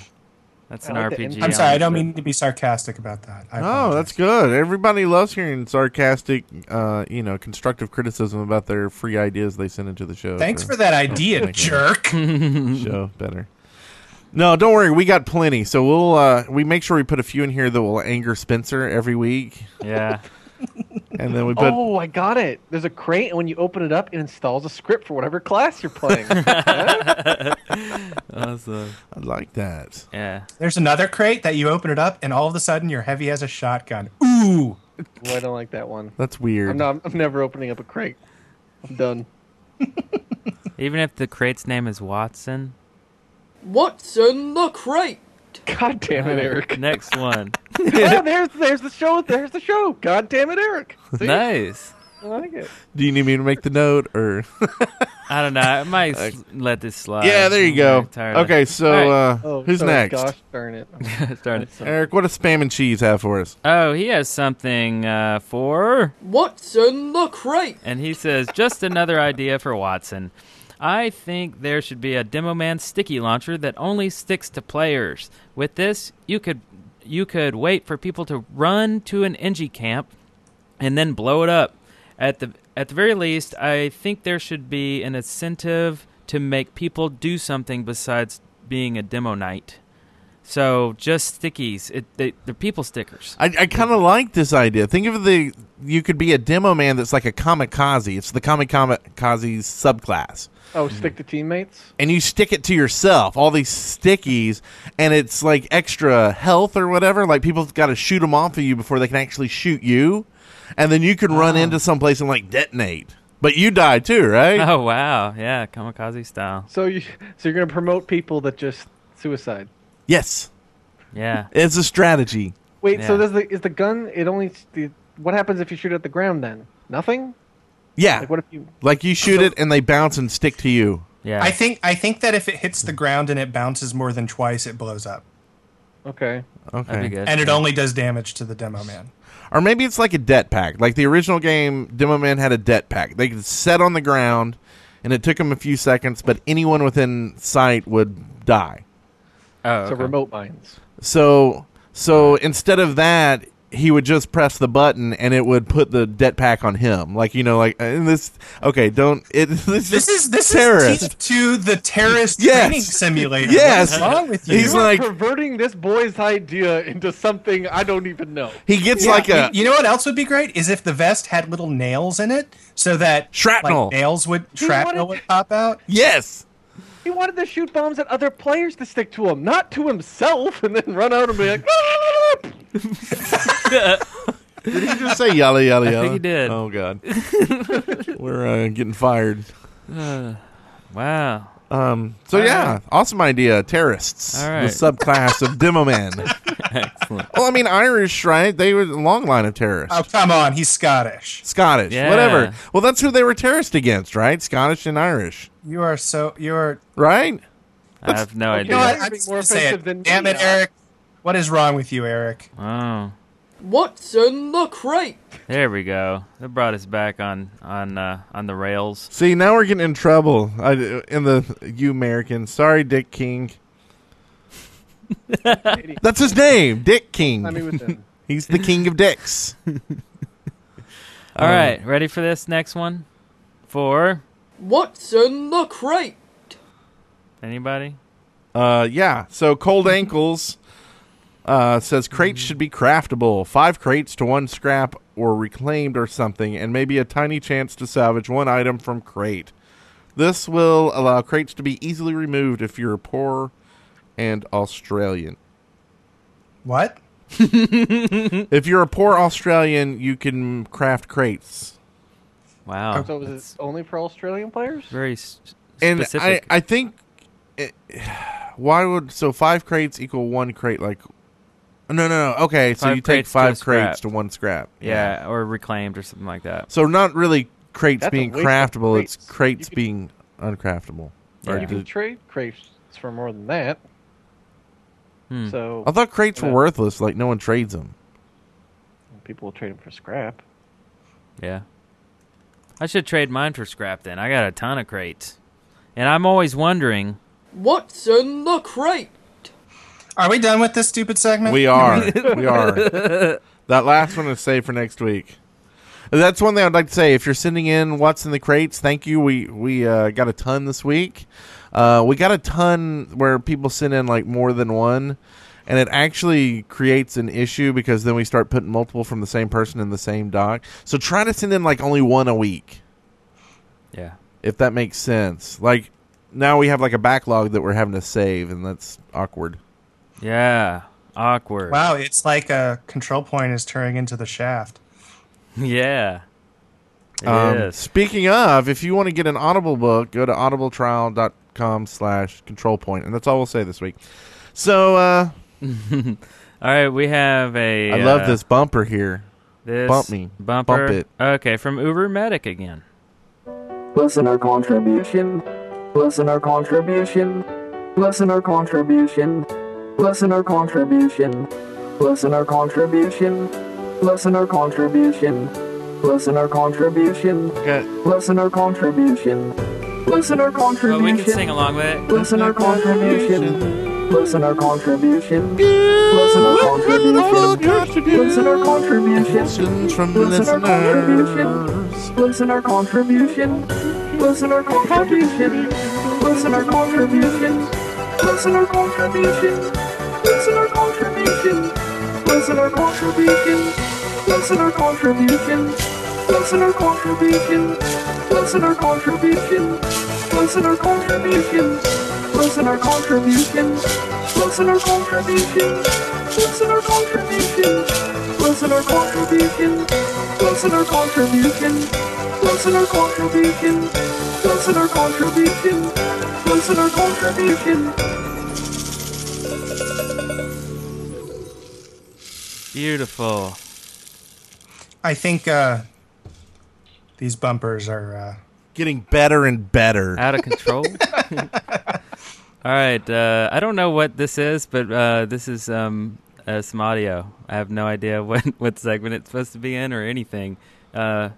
H: that's an RPG.
I: I'm sorry, I don't
H: element.
I: mean to be sarcastic about that. I
G: Oh, that's good. Everybody loves hearing sarcastic, uh, you know, constructive criticism about their free ideas they send into the show.
I: Thanks for that idea,
G: Thank you.
I: jerk.
G: [laughs] show better. No, don't worry. We got plenty. So we'll uh, we make sure we put a few in here that will anger Spencer every week.
H: Yeah.
G: and then we put
J: [laughs] oh, I got it. There's a crate, and when you open it up, it installs a script for whatever class you're playing.
H: [laughs] awesome.
G: I like that.
H: Yeah.
I: There's another crate that you open it up, and all of a sudden you're heavy as a shotgun. Ooh.
J: Well, I don't like that one.
G: That's weird.
J: I'm, not, I'm never opening up a crate. I'm done.
H: Even if the crate's name is Watson.
L: What's in the crate?
J: God damn it, Eric.
G: [laughs]
H: Next one.
J: oh, there's there's the show. There's the show. God damn it, Eric. See?
H: nice.
J: I like it.
G: Do you need me to make the note
H: [laughs]
G: or?
H: I don't know. I might s- let this slide.
G: yeah, there you
H: I'm
G: go.
H: really tired of [laughs]
G: Okay,
H: it.
G: so
H: All right.
G: uh, who's next?
J: Oh, Gosh darn it.
G: [laughs]
H: Darn it.
G: Eric, what does spam and cheese have for us?
H: Oh, he has something uh, for.
L: What's in the crate?
H: And he says, just another idea for Watson. I think there should be a Demo Man sticky launcher that only sticks to players. With this, you could you could wait for people to run to an NG camp and then blow it up. At the at the very least, I think there should be an incentive to make people do something besides being a demo night. So just stickies. It, they, they're people stickers.
G: I, I kind of like this idea. Think of the you could be a demo man that's like a kamikaze. It's the kamikaze subclass.
J: Oh, stick to teammates.
G: and you stick it to yourself all these stickies and it's like extra health or whatever like people've got to shoot them off of you before they can actually shoot you and then you can run
J: Oh.
G: into someplace and like detonate but you die too
H: [laughs]
J: Uh-huh.
G: right
H: Oh wow, yeah, kamikaze style.
J: So you so you're gonna promote people that just suicide.
G: yes
H: Yeah.
G: it's a strategy
J: Wait. So
G: Yeah.
J: does the is the gun? It only. The, what happens if you shoot at the ground then? Nothing.
G: yeah
J: Like what if you?
G: like you shoot it and they bounce and stick to you
H: yeah
I: I think I think that if it hits the ground and it bounces more than twice, it blows up.
J: Okay.
G: okay
I: And it only does damage to the demo man.
G: Or maybe it's like a debt pack. Like the original game, Demo Man had a debt pack. They could set on the ground, and it took them a few seconds, but anyone within sight would die.
H: Oh,
J: So remote mines.
G: So, so instead of that, he would just press the button and it would put the debt pack on him. Like you know, like uh, and this. Okay, don't. It, [laughs] this,
I: This is this
G: terrorist.
I: is to the terrorist
G: Yes.
I: training simulator.
G: Yes.
I: What's wrong with you?
G: He's You are like-
J: perverting this boy's idea into something I don't even know.
G: He gets
I: Yeah,
G: like a
I: You know what else would be great is if the vest had little nails in it, so that
G: Shrapnel.
I: like, nails would shrapnel
J: wanted-
I: would pop out.
G: yes.
J: He wanted to shoot bombs at other players to stick to him, not to himself, and then run out and be like,
G: Did [laughs] he just say yada yada
H: I
G: yada?
H: think he did.
G: Oh [laughs] god, we're uh, getting fired.
H: Uh, wow.
G: Um. So
H: All
G: yeah,
H: right.
G: awesome idea. Terrorists,
H: All right.
G: the subclass [laughs] of demo man.
H: Excellent.
G: well, I mean Irish, right? They were a long line of terrorists.
I: Oh come on, he's Scottish.
G: Scottish,
H: Yeah.
G: whatever. Well, that's who they were terrorist against, right? Scottish and Irish,
I: You are so you are.
G: right?
H: I have no
J: You know
H: idea.
J: what?
I: I'm
J: Be
I: just
J: more
I: gonna say
J: offensive
I: it.
J: than
I: Damn
J: me,
I: it,
J: huh?
I: Eric! What is wrong with you, Eric?
H: Oh,
L: What's in the crate?
H: there we go. That brought us back on on uh, on the rails.
G: See, now we're getting in trouble. I, in the you Americans, sorry,
J: [laughs]
G: Dick King. that's his name, Dick King.
J: I mean, with him.
G: He's the king
J: [laughs]
G: of dicks.
H: All right, ready for this next one? For
L: What's in the crate?
H: anybody?
G: Uh, yeah. So cold ankles uh, says crates should be craftable. Five crates to one scrap or reclaimed or something, and maybe a tiny chance to salvage one item from crate. This will allow crates to be easily removed if you're poor and Australian.
I: What?
G: If you're a poor Australian, you can craft crates.
H: Wow,
J: So was it only for Australian players?
H: Oh. very s-
G: And I,
H: specific.
G: I think it, why would so five crates equal one crate? Like, no, no, no. Okay, so
H: Five
G: you take
H: crates to a
G: five
H: scrap.
G: crates to one scrap.
H: yeah, or reclaimed or something like that.
G: So not really crates
J: That's a
G: being
J: waste of
G: craftable.
J: crates.
G: It's crates
J: You could-
G: being uncraftable.
H: Yeah.
G: Or
J: You can
G: did-
J: trade crates for more than that.
H: Hmm.
J: So
G: I thought crates were
J: Yeah.
G: worthless. Like no one trades them.
J: people will trade them for scrap.
H: Yeah. I should trade mine for scrap then. I got a ton of crates. And I'm always wondering.
L: What's in the crate?
I: Are we done with this stupid segment?
G: We are. we are. That last one is saved for next week. That's one thing I'd like to say. If you're sending in what's in the crates, thank you. We we uh, got a ton this week. Uh, we got a ton where people send in like more than one, and it actually creates an issue because then we start putting multiple from the same person in the same doc. So try to send in like only one a week,
H: Yeah.
G: if that makes sense. Like now we have like a backlog that we're having to save, and that's awkward.
H: Yeah. Awkward.
I: Wow, it's like a control point is turning into the shaft.
H: [laughs] Yeah. It
G: Um,
H: is.
G: speaking of, if you want to get an Audible book, go to audibletrial.com slash control point, and that's all we'll say this week. So uh,
H: All right, we have a
G: I love
H: uh,
G: this bumper here.
H: this
G: Bump me. Bump
H: Bumper.
G: it.
H: Okay, from Uber Medic again.
N: Listener contribution. Listener contribution. Listener contribution. Listener contribution. Listener contribution. Listener contribution. Listener contribution.
G: Got
N: Listener contribution. Listener contribution.
H: Well, Oh, we can sing along with it.
N: Listener contribution. Listener contribution. Listener contribution. Listener contribution.
G: from
N: Listener
G: listeners.
N: contribution. Listener contribution. Listener contribution. Listener contribution. Listener contribution. Listener contribution. Listener contribution. Listener contribution. Listener contribution. Listener contribution. Listener contribution. Listener contribution. Listener contribution. Listener contribution. Listener contribution. Listener contribution. Listener contribution. Listener contribution. Listener contribution.
H: Beautiful.
I: I think uh, these bumpers are. Uh,
G: Getting better and better.
H: Out of
G: [laughs]
H: control. [laughs] All right, uh, I don't know what this is, but uh, this is um, uh, some audio. I have no idea [laughs] what what segment it's supposed to be in or anything. Uh,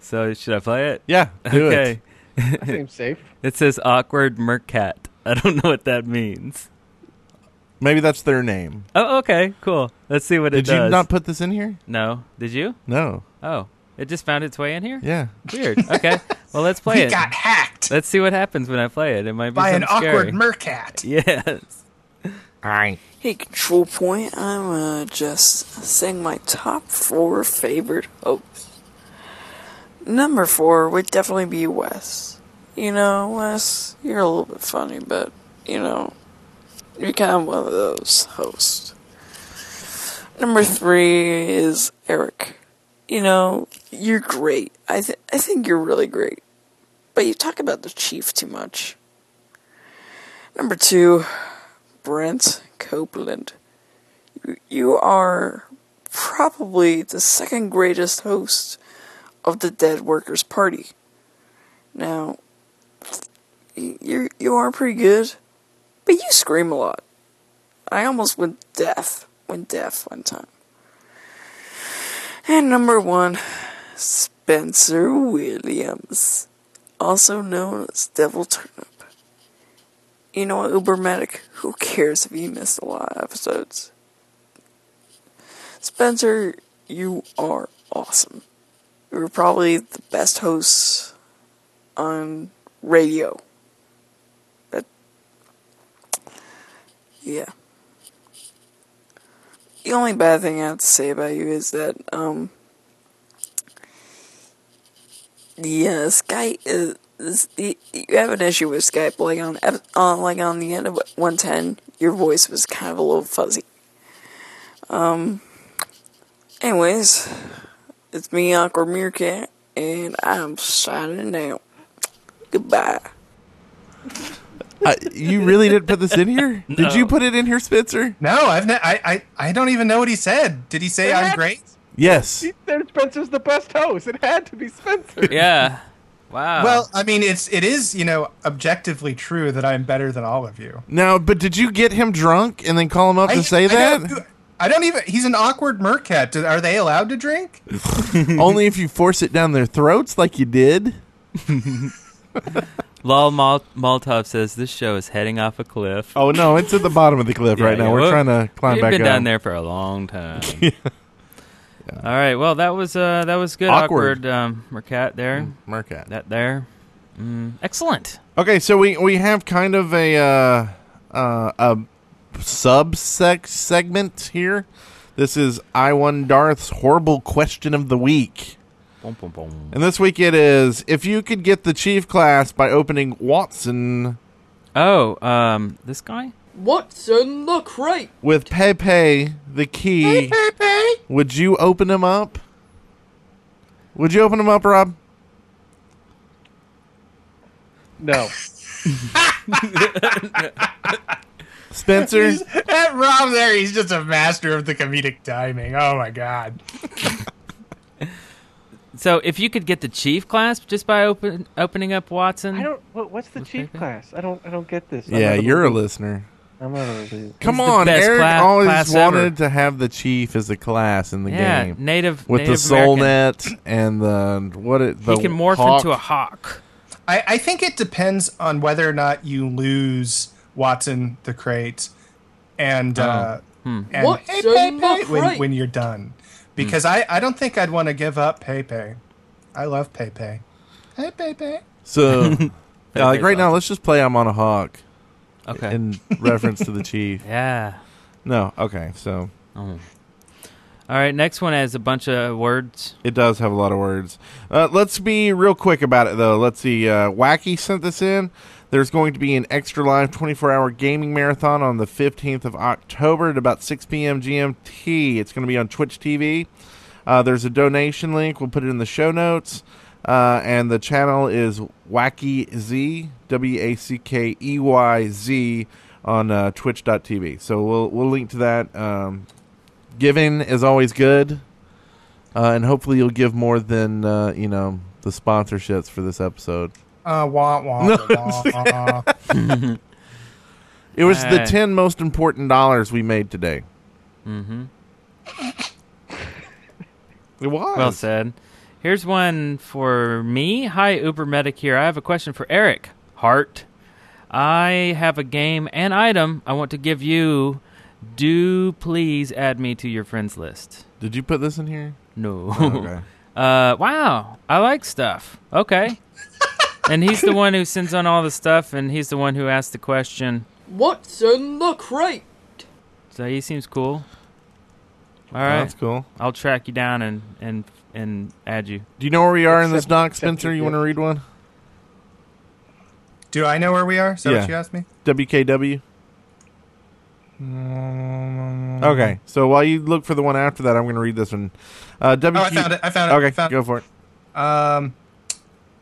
H: so should I play [laughs] it?
G: Yeah, do it.
H: okay.
J: That seems safe.
H: [laughs] It says awkward mercat. I don't know what that means.
G: Maybe that's their name.
H: Oh, okay, cool. Let's see what it
G: Did you
H: does.
G: not put this in here?
H: No, did you?
G: No.
H: Oh, it just found its way in here.
G: Yeah.
H: Weird.
G: [laughs]
H: Okay. well, let's play
I: We
H: it.
I: got hacked.
H: Let's see what happens when I play it. It might be
I: By an
H: something scary.
I: awkward
H: [laughs]
I: mercat.
H: Yes. All right.
O: Hey, Control Point, I'm uh, just saying my top four favorite hosts. Number four would definitely be Wes. You know, Wes, you're a little bit funny, but, you know, you're kind of one of those hosts. Number three is Eric. You know, you're great. I, th- I think you're really great. But you talk about the Chief too much. Number two, Brent Copeland. You, you are probably the second greatest host of the Dead Workers Party. Now, y- you you are pretty good, but you scream a lot. I almost went deaf, went deaf one time. And number one, Spencer Williams, also known as Devil Turnip. You know what, Uber Medic? Who cares if you missed a lot of episodes? Spencer, you are awesome. You're probably the best host on radio. But yeah. The only bad thing I have to say about you is that um yeah, Skype is, is the, you have an issue with Skype. Like on, ep- on like on the end of 110, your voice was kind of a little fuzzy. Um. Anyways, it's me, Awkward Meerkat, and I'm signing out. Goodbye.
G: I, Uh, you really didn't put this in
H: [laughs]
G: here? Did you put it in here, Spitzer?
I: No, I've ne- I, I I don't even know what he said. Did he say I'm great?
G: Yes.
J: Then Spencer's the best host. It had to be
H: [laughs]
J: Spencer.
H: Yeah.
G: Oh.
H: Wow.
I: Well, I mean, it's it is you know objectively true that I'm better than all of you.
G: Now, but did you get him drunk and then call him up
I: I-
G: to say
I: I
G: that?
I: don't- I don't even. He's an awkward mercat. Do- Are they allowed to drink? [laughs]
G: Only if you force it down their throats like you did.
H: Lol Mal- Maltov says this show is heading off a cliff.
G: Oh no, it's at the bottom of the cliff right now. We're trying to climb
H: We've
G: back
H: been
G: up.
H: down there for a long
G: [laughs]
H: time. All right. Well, that was uh, that was good.
G: Awkward. Mm.
H: Awkward, um, Mercat there.
G: Mercat.
H: That there. Mm, excellent.
G: Okay, so we we have kind of a uh, uh, a subsec segment here. This is I One Darth's horrible question of the week.
H: Boom, boom, boom.
G: And this week it is if you could get the chief class by opening Watson
H: Oh, um, this guy?
L: What's in the crate?
G: with Pepe the key, would you open him up? Would you open him up, Rob?
J: No.
G: Spencer?
I: He's- that Rob there, he's just a master of the comedic timing. Oh my god.
H: So if you could get the chief class just by open, opening up Watson.
G: Hmm.
J: I don't. What, what's the chief class? I don't. I don't get this. I'm
G: Yeah,
J: not a-
G: you're a listener.
J: I'm not a.
G: Come
J: He's the
G: on,
J: best
G: Eric
J: cla-
G: always
J: class
G: wanted to have the chief as a class in the
H: Yeah,
G: game.
H: Native-
G: with
H: Native
G: the soul net and the what it the
H: he can morph
G: hawk.
H: into a hawk.
I: I, I think it depends on whether or not you lose Watson the crate and
G: Oh.
I: uh,
G: Hmm.
I: and
L: What's
I: Hey,
L: in the
I: Pepe when,
L: crate?
I: when you're done. Because I, I don't think I'd want to give up Pepe. I love Pepe. Hey, Pepe.
G: [laughs]
H: [laughs]
G: So yeah, Uh, like
I: Pepe's
G: right now, let's just play I'm on a hawk.
H: Okay.
G: In reference to the [laughs] chief.
H: Yeah.
G: No. Okay. So
H: All right, next one has a bunch of words.
G: it does have a lot of words. Uh, let's be real quick about it though. Let's see. Uh, Wacky sent this in. There's going to be an extra live 24 hour gaming marathon on the 15th of October at about 6 p.m. GMT. It's going to be on Twitch TV. Uh, there's a donation link. We'll put it in the show notes. Uh, and the channel is Wacky Z, W A C K E Y Z, on uh, twitch.tv. So we'll, we'll link to that. Um, giving is always good. Uh, and hopefully you'll give more than, uh, you know, the sponsorships for this episode.
I: Uh, wah, wah,
G: [laughs] No,
I: wah, wah.
G: It was the
H: Eh.
I: Uh,
G: 10 most important dollars we made today.
H: Mm-hmm.
G: It was.
H: Well said. Here's one for me. Hi, Uber Medic here. I have a question for Eric Hart. I have a game and item I want to give you do please add me to your friends list.
G: Did you put this in here?
H: No. [laughs]
G: Oh, okay.
H: uh, wow, I like stuff.
G: [laughs]
H: Okay. and he's the one who sends on all the stuff, and he's the one who asked the question.
L: What's in the crate?
H: So he seems cool. All
G: Well,
H: right,
G: that's cool.
H: I'll track you down and and and add you.
G: Do you know where we are in this
H: Except-
G: doc,
H: except
G: Spencer?
H: you
G: You want to read one?
I: Do I know where we are? Is that what you asked me?
G: WKW. Okay, so while you look for the one after that, I'm going to read this one. Uh, WQ-
I: Oh, I found it, I found it,
G: Okay,
I: I found it.
G: go for it.
I: Um,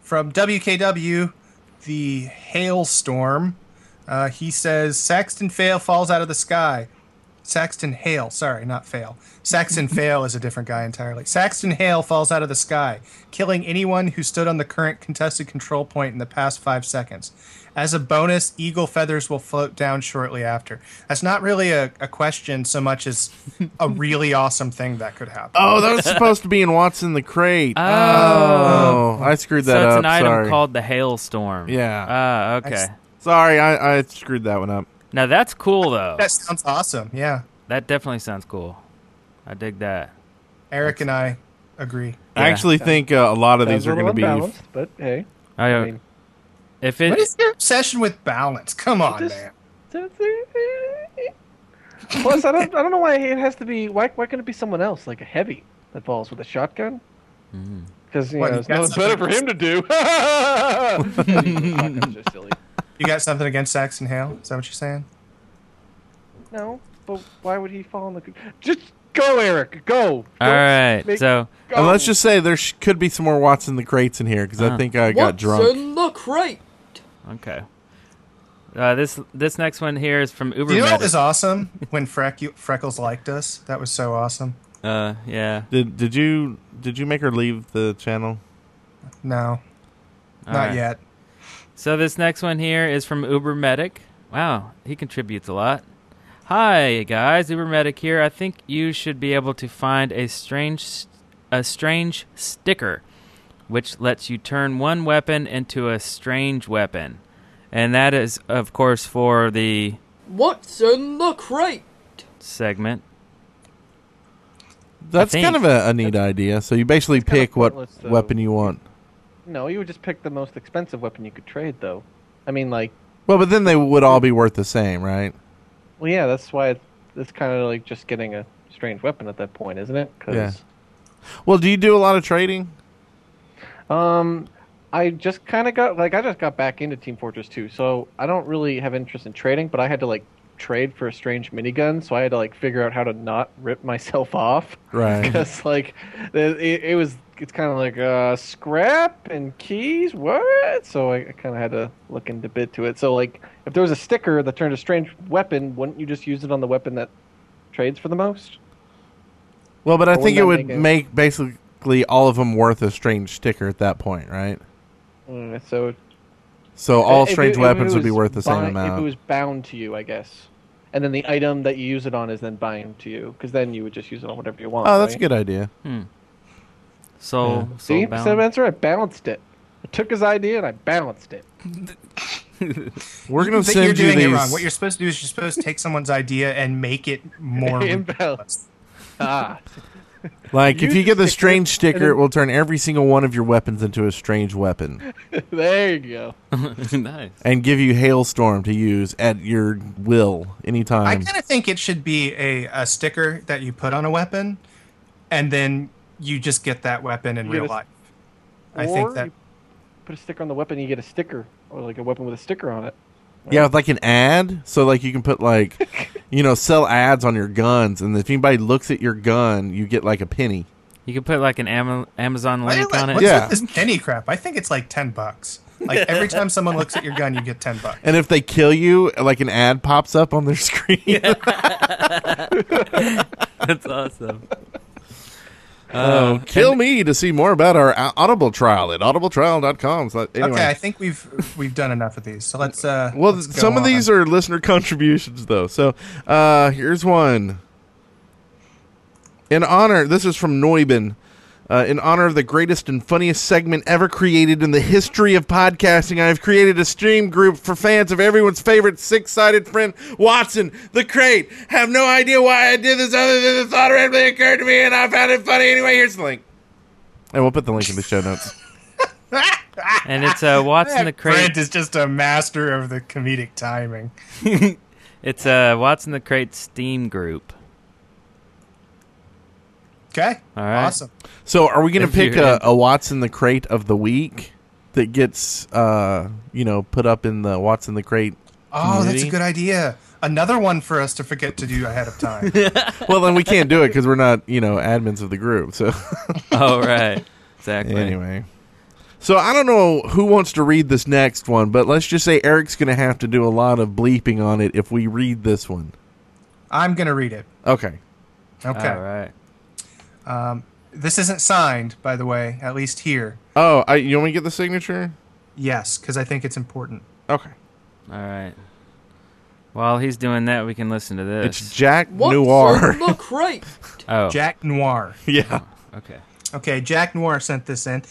I: from WKW, the hailstorm. Uh, he says Saxton Fail falls out of the sky. Saxton Hale, sorry, not Fail. Saxton Fail is a different guy entirely. Saxton Hale falls out of the sky, killing anyone who stood on the current contested control point in the past five seconds. As a bonus, eagle feathers will float down shortly after. That's not really a, a question so much as a really awesome thing that could happen.
G: Oh, that was supposed to be in What's in the Crate.
H: Oh.
G: I screwed
H: So
G: that
H: it's
G: up.
H: an item
G: sorry.
H: called the hailstorm.
G: Yeah.
H: Ah,
I: I
H: okay.
I: s-
G: Sorry, I, I screwed that one up.
H: Now that's cool though.
I: That sounds awesome. Yeah.
H: That definitely sounds cool. I dig that.
I: Eric and I agree.
G: I actually think uh, a lot of these are going to be.
J: but hey,
H: I don't. if it
I: what is your obsession with balance? Come on,
J: Just-
I: man.
J: Plus, I don't, I don't know why it has to be. Why, why couldn't it be someone else, like a heavy that falls with a shotgun?
G: Hmm.
J: Because you
I: What,
J: know,
I: you
J: it's
I: got
J: no-
I: something-
J: [laughs] Shotguns are silly.
I: You got something against Saxon Hale? Is that what you're saying?
J: No, but why would he fall in the? Just go, Eric. Go.
G: All right,
J: make-
H: so
G: and let's just say there sh- could be some more What's in the Crates in here because I
H: Ah.
G: think I got drunk.
L: What's in the crate?
H: Okay. Uh, this this next one here is from Uber.
I: Do you know what was awesome when Freck- Freckles liked us? That was so awesome.
H: Uh, yeah.
G: Did did you did you make her leave the channel?
I: No,
H: All
I: not
H: right.
I: yet.
H: So this next one here is from Uber Medic. Wow, he contributes a lot. Hi guys, Uber Medic here. I think you should be able to find a strange a strange sticker which lets you turn one weapon into a strange weapon. And that is of course for the
L: What's in the crate?
H: segment.
G: That's
H: think.
G: kind of a, a neat idea. So you basically pick what
J: pointless, though.
G: weapon you want.
J: No, you would just pick the most expensive weapon you could trade, though. I mean, like,
G: Well, but then they would all be worth the same, right?
J: well, yeah, that's why it's, it's kind of like just getting a strange weapon at that point, isn't it? 'Cause-
G: Yeah. Well, do you do a lot of trading?
J: Um, I just kind of got like I just got back into Team Fortress 2, so I don't really have interest in trading, but I had to like trade for a strange minigun, so I had to like figure out how to not rip [laughs] myself off. [laughs]
G: Right.
J: Because like it, it, it was it's kind of like uh scrap and keys what so i, I kind of had to look into bit to it so like if there was a sticker that turned a strange weapon wouldn't you just use it on the weapon that trades for the most
G: Well, but I
J: Or wouldn't
G: think it
J: that
G: would
J: make
G: make,
J: it-
G: basically all of them worth a strange sticker at that point, right?
J: Mm, so
G: So all
J: If it-
G: strange
J: if it
G: weapons would
J: was
G: be worth the same
J: bind- If it
G: amount.
J: was bound to you, I guess. And then the item that you use it on is then bound to you, because then you would just use it on whatever you want.
G: Oh, that's a
J: right?
G: good idea.
H: Hmm. So
G: Yeah.
J: See,
H: so
J: so answer. I balanced it. I took his idea and I balanced
G: [laughs]
J: it.
G: We're
I: I
G: gonna
I: think you're
G: send you
I: doing
G: these.
I: it wrong. What you're supposed to do is you're supposed to take someone's idea and make it more
J: [laughs] imbalanced. ah,
G: like if
J: Use
G: you get the
J: sticker
G: strange
J: and
G: sticker,
J: then-
G: it will turn every single one of your weapons into a strange weapon
J: there you go.
H: [laughs] nice.
G: and give you hailstorm to use at your will
I: I
G: anytime.
I: kind of think it should be a, a sticker that you put on a weapon, and then you just get that weapon in
J: You
I: real
J: get a-
I: life. I think
J: Or
I: that
J: you put a sticker on the weapon, and you get a sticker, or like a weapon with a sticker on it.
G: Yeah, with like an ad. So like you can put like, [laughs] you know, sell ads on your guns, and if anybody looks at your gun, you get like a penny.
H: You could put like an Ama- Amazon
I: Why do you
H: link
I: like-
H: on it.
I: What's with this penny crap? I think it's like ten bucks. Like every time someone looks at your gun, you get ten bucks.
G: And if they kill you, like an ad pops up on their [laughs] screen.
H: [laughs] That's awesome.
G: Oh,
H: Uh,
G: kill me to see more about our au- Audible trial at audibletrial.com. So, anyway.
I: Okay, I think we've we've done enough of these. So let's. Uh,
G: Well,
I: let's go
G: some of
I: on.
G: these are listener contributions, though. So uh, here's one. In honor, this is from Neuben. Uh, in honor of the greatest and funniest segment ever created in the history of podcasting, I have created a stream group for fans of everyone's favorite six sided friend, Watson the Crate. Have no idea why I did this other than the thought randomly occurred to me and I found it funny anyway. Here's the link. And we'll put the link in the show notes.
H: and it's
G: [laughs]
H: uh, Watson the Crate.
I: Brent is just a master of the comedic timing.
H: It's uh, Watson the Crate Steam
G: [laughs]
H: Group.
I: Okay.
H: All right.
I: Awesome.
G: So, are we going
H: If
G: to pick
H: you're
G: a, a Watson the Crate of the week that gets, uh, you know, put up in the Watson the Crate?
I: Oh, that's
G: community?
I: a good idea. Another one for us to forget to do ahead
H: [laughs]
I: of time.
G: well, then we can't do it because we're not, you know, admins of the group. So, [laughs]
H: Oh, right. Exactly.
G: Anyway, so I don't know who wants to read this next one, but let's just say Eric's going to have to do a lot of bleeping on it if we read this one.
I: I'm going to read it.
G: Okay.
I: Okay.
H: All right.
I: Um, this isn't signed, by the way, at least here.
G: Oh, I, you want me to get the signature?
I: Yes, because I think it's important.
G: Okay.
H: All right. While he's doing that, we can listen to this.
G: It's
I: [laughs]
G: Jack
I: Noir.
L: the crate?
H: Oh.
I: Jack Noir.
G: Yeah.
H: Okay.
I: Okay, Jack Noir sent this in.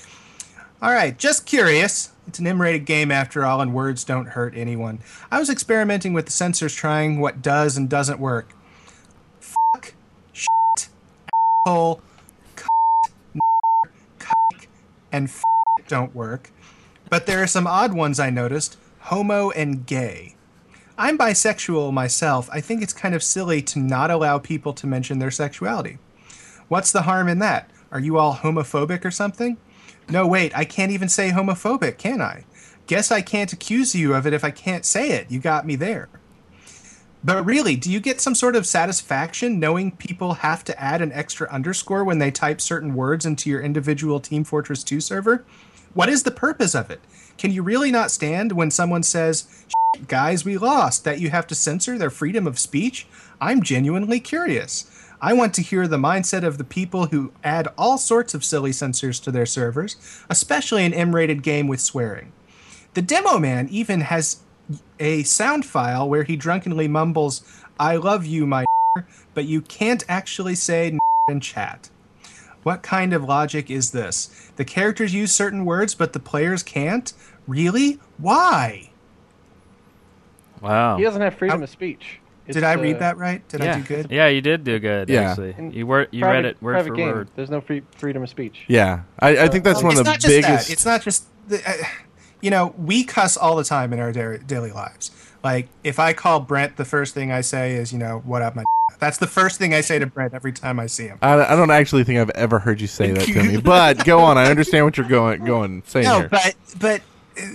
I: All right, just curious. It's an M rated game after all, and words don't hurt anyone. I was experimenting with the sensors, trying what does and doesn't work. Fuck, shit, asshole, and f- don't work. But there are some odd ones I noticed homo and gay. I'm bisexual myself. I think it's kind of silly to not allow people to mention their sexuality. What's the harm in that? Are you all homophobic or something? No, wait, I can't even say homophobic, can I? Guess I can't accuse you of it if I can't say it. You got me there. But really, do you get some sort of satisfaction knowing people have to add an extra underscore when they type certain words into your individual Team Fortress 2 server? What is the purpose of it? Can you really not stand when someone says, "Shit, guys, we lost, that you have to censor their freedom of speech? I'm genuinely curious. I want to hear the mindset of the people who add all sorts of silly censors to their servers, especially an M rated game with swearing. The demo man even has a sound file where he drunkenly mumbles, I love you, my [laughs] but you can't actually say in chat. What kind of logic is this? The characters use certain words, but the players can't? Really? Why?
H: Wow.
G: Oh.
J: He doesn't have freedom of speech.
I: Did I read that right? Did
H: yeah.
I: I do good?
H: Yeah, you did do good.
G: Yeah.
H: Actually, you were you read it word
J: private
H: for
J: game.
H: word.
J: There's no free, freedom of speech.
G: Yeah. I, I think that's
I: Well,
G: one
I: it's
G: of the
I: not just
G: biggest.
I: That. It's not just the, uh, you know we cuss all the time in our da- daily lives. Like if I call Brent, the first thing I say is you know what up my. That's the first thing I say to Brent every time I see him.
G: I, I don't actually think I've ever heard you say that to me, but go on. I understand what you're going going saying
I: No,
G: here.
I: but but uh,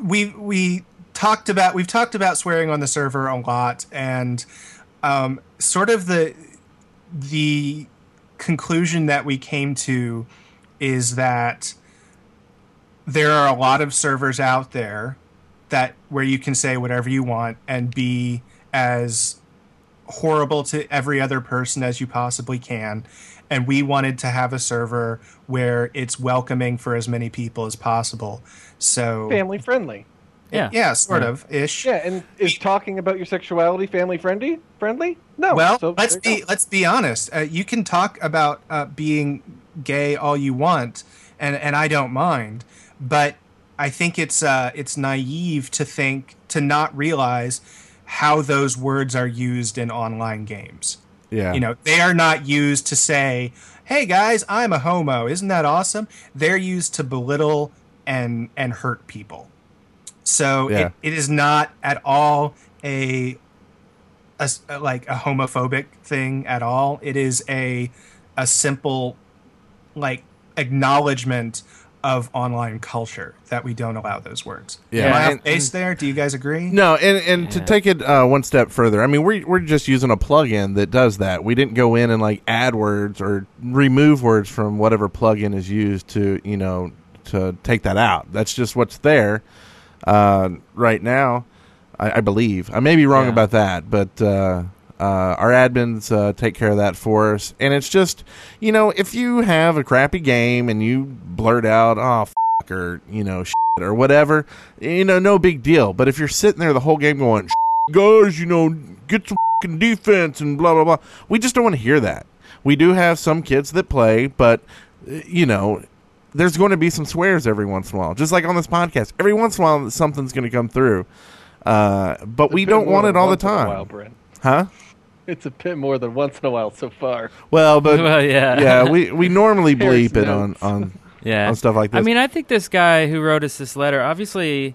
I: we we talked about we've talked about swearing on the server a lot, and um, sort of the the conclusion that we came to is that there are a lot of servers out there that where you can say whatever you want and be as horrible to every other person as you possibly can. And we wanted to have a server where it's welcoming for as many people as possible. So
J: Family friendly.
I: Yeah. Yeah, sort of ish.
J: Yeah, and is talking about your sexuality family friendly? Friendly? No.
I: Well,
J: So
I: let's
J: there you
I: be let's be honest. Uh, you can talk about uh, being gay all you want, and and I don't mind. But I think it's uh, it's naive to think to not realize how those words are used in online games.
G: Yeah.
I: You know, they are not used to say, "Hey guys, I'm a homo." Isn't that awesome? They're used to belittle and and hurt people. So
G: Yeah.
I: it, it is not at all a, a s- like a homophobic thing at all. It is a a simple like acknowledgement of online culture that we don't allow those words.
G: Yeah.
I: Am I off
G: And-
I: base there? Do you guys agree?
G: No, and and to take it uh, one step further, I mean, we're we're just using a plugin that does that. We didn't go in and like add words or remove words from whatever plugin is used to you know to take that out. That's just what's there uh, right now. I, I believe I may be wrong about that, but uh, uh, our admins uh, take care of that for us. And it's just you know if you have a crappy game and you blurt out oh f- or you know shit or whatever, you know no big deal. But if you're sitting there the whole game going "Shit, guys, you know get some f***ing defense and blah blah blah, we just don't want to hear that. We do have some kids that play, but you know, there's going to be some swears every once in a while, just like on this podcast. Every once in a while, something's going to come through, uh, but we
J: bit
G: don't
J: more
G: want
J: than
G: it all the
J: once in a
G: time,
J: while, Brent.
G: huh?
J: It's a bit more than once in a while so far.
G: Well,
H: [laughs]
G: but
H: Well,
G: [laughs]
H: yeah.
G: we we normally
J: Harris
G: bleep it on on
H: yeah
G: on stuff like this.
H: I mean, I think this guy who wrote us this letter obviously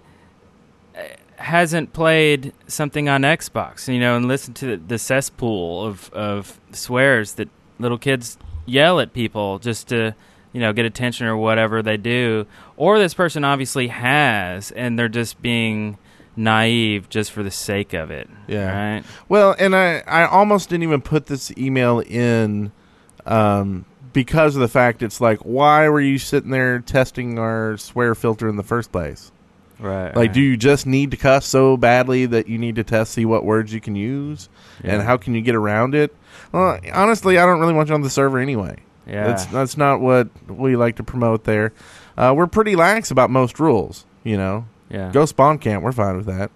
H: uh, hasn't played something on Xbox, you know, and listened to the, the cesspool of of swears that little kids yell at people just to you know get attention or whatever they do. Or this person obviously has, and they're just being naive just for the sake of it.
G: Yeah.
H: Right.
G: Well, and I, I almost didn't even put this email in um, because of the fact it's like, why were you sitting there testing our swear filter in the first place?
H: Right.
G: Like, do you just need to cuss so badly that you need to test, see what words you can use and
H: Yeah.
G: how can you get around it? Well, honestly, I don't really want you on the server anyway.
H: Yeah.
G: That's, that's not what we like to promote there. Uh, we're pretty lax about most rules, you know?
H: Yeah.
G: Go spawn camp. We're fine with that.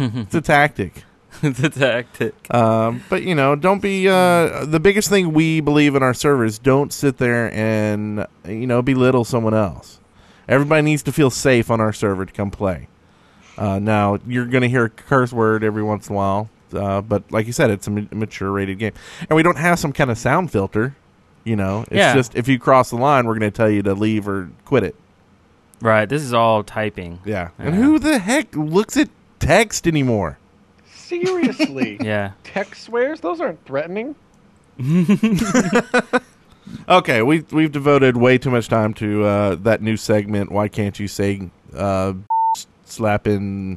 G: it's a tactic.
H: [laughs] the tactic.
G: Um, but you know, don't be uh, the biggest thing we believe in our servers. Don't sit there and you know belittle someone else. Everybody needs to feel safe on our server to come play. Uh, now you're going to hear a curse word every once in a while, uh, but like you said, it's a ma- mature rated game, and we don't have some kind of sound filter. You know, it's
H: Yeah.
G: just if you cross the line, we're going to tell you to leave or quit it.
H: Right. This is all typing.
G: Yeah. And who the heck looks at text anymore?
H: [laughs]
J: Seriously.
H: Yeah.
J: Text swears? Those aren't
H: [laughs]
J: threatening.
G: Okay, we we've devoted way too much time to uh, that new segment. Why can't you say uh, slapping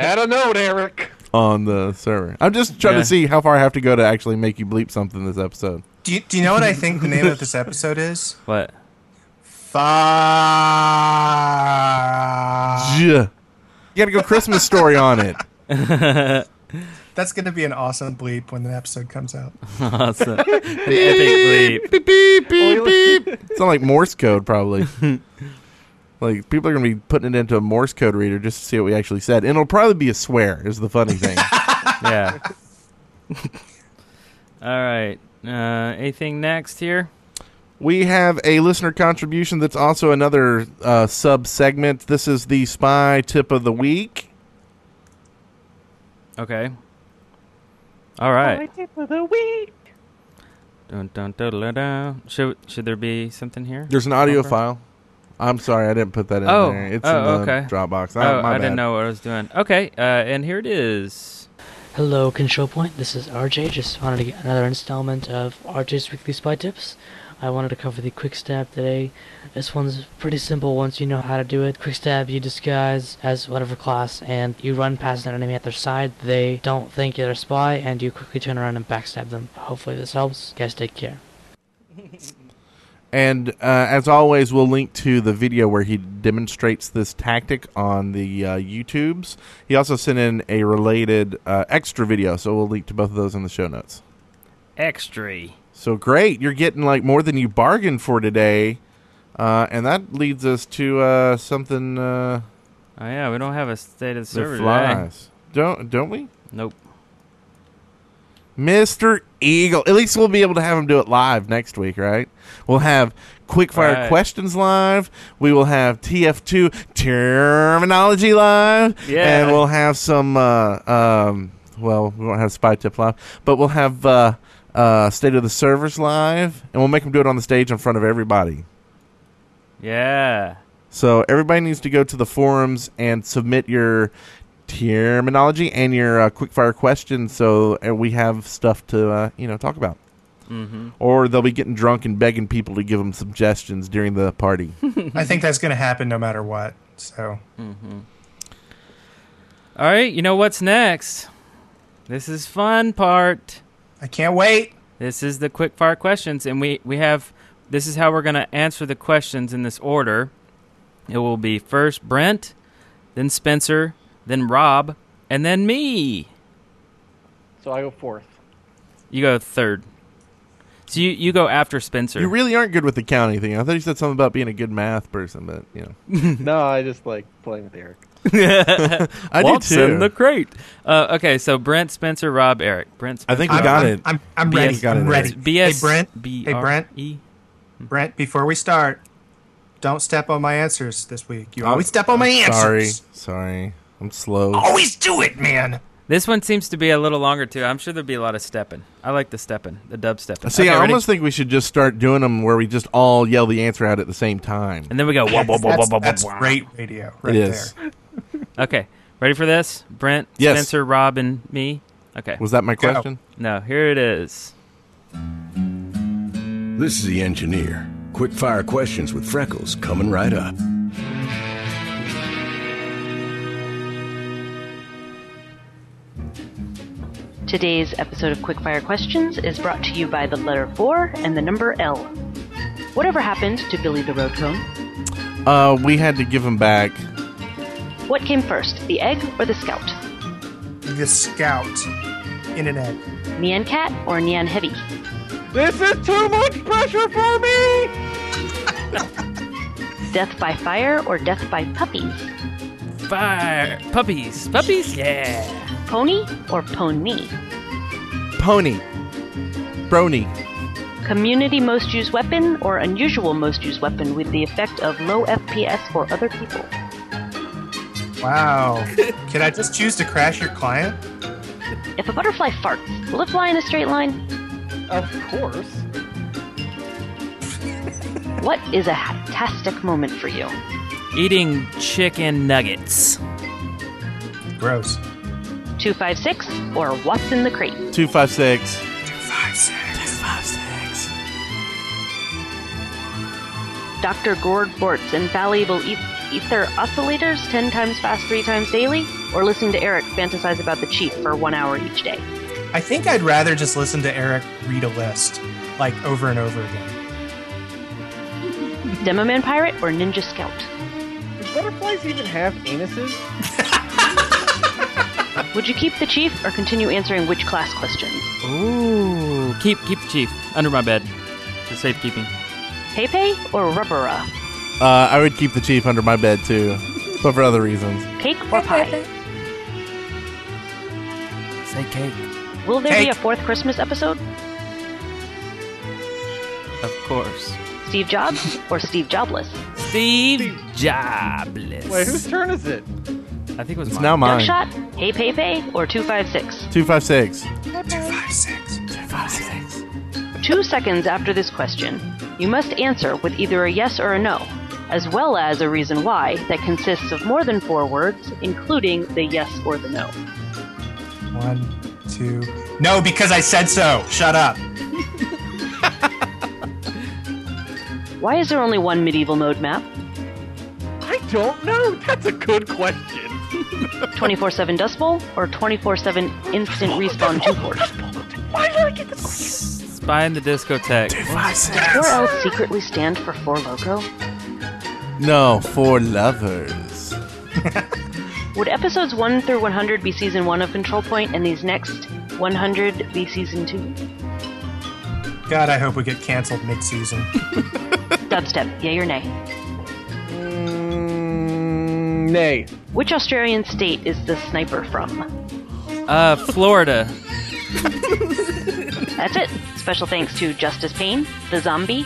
J: Add a note, Eric.
G: on the server? I'm just trying
J: Yeah.
G: to see how far I have to go to actually make you bleep something this episode.
I: Do you, do you know what I think the
G: [laughs]
I: name of this episode is?
H: What?
I: Fuck.
G: Yeah. You got to go Christmas story on it.
I: That's going to be an awesome bleep when the episode comes out.
H: awesome.
G: Beep, beep, beep, beep, beep. It's not like Morse code, probably. like people are gonna be putting it into a Morse code reader just to see what we actually said, and it'll probably be a swear. Is the funny thing.
H: yeah. All right. Uh, anything next here?
G: We have a listener contribution that's also another uh, sub segment. This is the spy tip of the week.
H: Okay. All right.
J: Spy tip of the week.
H: Dun, dun, dun, dun, dun. Should should there be something here?
G: There's an audio
H: Bumper?
G: file. I'm sorry, I didn't put that in
H: Oh,
G: there. It's
H: oh,
G: in the
H: okay.
G: Dropbox. I,
H: Oh,
G: my
H: I didn't
G: bad.
H: know what I was doing. Okay, uh, and here it is.
P: Hello, Control Point. This is RJ. Just wanted to get another installment of RJ's Weekly Spy Tips. I wanted to cover the quick stab today. This one's pretty simple once you know how to do it. Quick stab, you disguise as whatever class, and you run past an enemy at their side. They don't think you're a spy, and you quickly turn around and backstab them. Hopefully, this helps. Guys, take care.
G: And uh, as always, we'll link to the video where he demonstrates this tactic on the uh, YouTubes. He also sent in a related uh, extra video, so we'll link to both of those in the show notes.
H: Extra.
G: So great, you're getting like more than you bargained for today, uh, and that leads us to uh, something. Uh,
H: Oh yeah, we don't have a state of the
G: that
H: server
G: flies. Don't don't we?
H: Nope.
G: Mr. Eagle. At least we'll be able to have him do it live next week, right? We'll have quickfire
H: Right.
G: questions live. We will have TF2 terminology live.
H: Yeah.
G: And we'll have some, uh, um, well, we won't have Spy Tip live, but we'll have uh, uh, State of the Servers live, and we'll make him do it on the stage in front of everybody.
H: today. Yeah.
G: So everybody needs to go to the forums and submit your terminology and your uh, quickfire questions, so uh, we have stuff to uh, you know talk about.
I: Mhm.
G: Or they'll be getting drunk and begging people to give them suggestions during
I: [laughs]
G: the party.
I: I think that's going to happen no matter what. So
H: All right. You know what's next? This is fun part.
I: I can't wait.
H: This is the quick fire questions, and we we have. This is how we're gonna answer the questions in this order. It will be first Brent, then Spencer, then Rob, and then me.
J: So I go fourth.
H: You go third. So you, you go after Spencer. [laughs]
I: [laughs]
G: You really aren't good with the counting thing. I thought you said something about being a good math person, but you know.
J: no, I just like playing with Eric.
G: I do
H: Waltz
G: too.
H: in the crate. Uh, okay, so Brent, Spencer, Rob, Eric. Brent. Spencer,
G: I think we got
H: Rob.
G: it.
I: I'm, I'm ready.
G: Got it,
I: I'm ready.
G: Eric.
H: BS
I: hey Brent.
H: B
I: hey
H: R
I: Brent.
H: E
I: Brent, before we start, don't step on my answers this week. You always step on my answers.
G: Sorry, sorry. I'm slow.
I: Always do it, man.
H: This one seems to be a little longer too. I'm sure there'll be a lot of stepping. I like the stepping, the dub stepping.
G: See,
H: Okay,
G: I
H: ready?
G: almost think we should just start doing them where we just all yell the answer out at the same time.
H: And then we go, wah,
G: [laughs]
H: wah, wah, wah, wah, wah, wah.
I: radio
G: right It is.
H: Okay, ready for this? Brent,
G: Yes.
H: Spencer, Rob, and me. Okay.
G: Was that my Go. question?
H: No, here it is.
Q: This is the engineer. Quick fire questions with Freckles coming right up.
R: Today's episode of Quickfire Questions is brought to you by the letter 4 and the number L. Whatever happened to Billy the Road Cone?
G: Uh, we had to give him back.
R: What came first, the egg or the scout?
I: The scout in an egg.
R: Nyan Cat or Nyan Heavy?
J: This is too much pressure for me!
R: Death by fire or death by puppies?
H: Fire puppies, puppies, yeah.
R: Pony or pony?
G: Pony. Brony.
R: Community most used weapon or unusual most used weapon with the effect of low FPS for other people?
H: [laughs]
I: Wow. Can I just choose to crash your client?
R: If a butterfly farts, will it fly in a straight line?
J: Of course.
R: What is a fantastic moment for you?
H: Eating chicken nuggets.
I: Gross.
R: 256 or what's in the crate?
G: Two five six.
I: Five six. Five six.
R: Dr. Gord Bort's infallible e- ether oscillators 10 times fast, 3 times daily, or listening to Eric fantasize about the chief for one hour each day.
I: I think I'd rather just listen to Eric read a list, like over and over again.
R: Demo Man Pirate or Ninja Scout?
J: Do butterflies even have anuses?
R: Would you keep the chief or continue answering which class questions?
H: Ooh, keep keep the chief under my bed for safekeeping.
R: Pepe or Rubbera?
G: Uh, I would keep the chief under my bed too, but for other reasons.
R: Cake or pie?
H: Say cake.
R: Will there be
H: Cake.
R: a fourth Christmas episode?
H: Of course.
R: Steve Jobs or Steve Jobless?
H: Steve Jobless.
J: Wait, whose turn is it?
H: I think it was
G: It's
H: mine.
G: now mine.
R: Duckshot, Hey Pepe, or 256?
G: Two five six.
R: Two seconds after this question, you must answer with either a yes or a no, as well as a reason why that consists of more than four words, including the yes or the no.
I: One, two. No, because I said so. Shut up.
R: Why is there only one medieval mode map?
J: I don't know. [laughs] That's a good question.
R: 24 7 Dust Bowl or 24 7 Instant Respawn 2 port?
J: Why did I get this?
H: Spy in the discotheque.
R: Or else secretly stand for 4 Loco?
G: No, for lovers.
R: Would episodes 1 through 100 be season 1 of Control Point and these next 100 be season 2?
I: God, I hope we get canceled mid-season.
R: Dubstep, yay or nay?
J: nay.
R: Which Australian state is the sniper from?
H: Uh, Florida.
R: That's it. Special thanks to Justice Payne, The Zombie,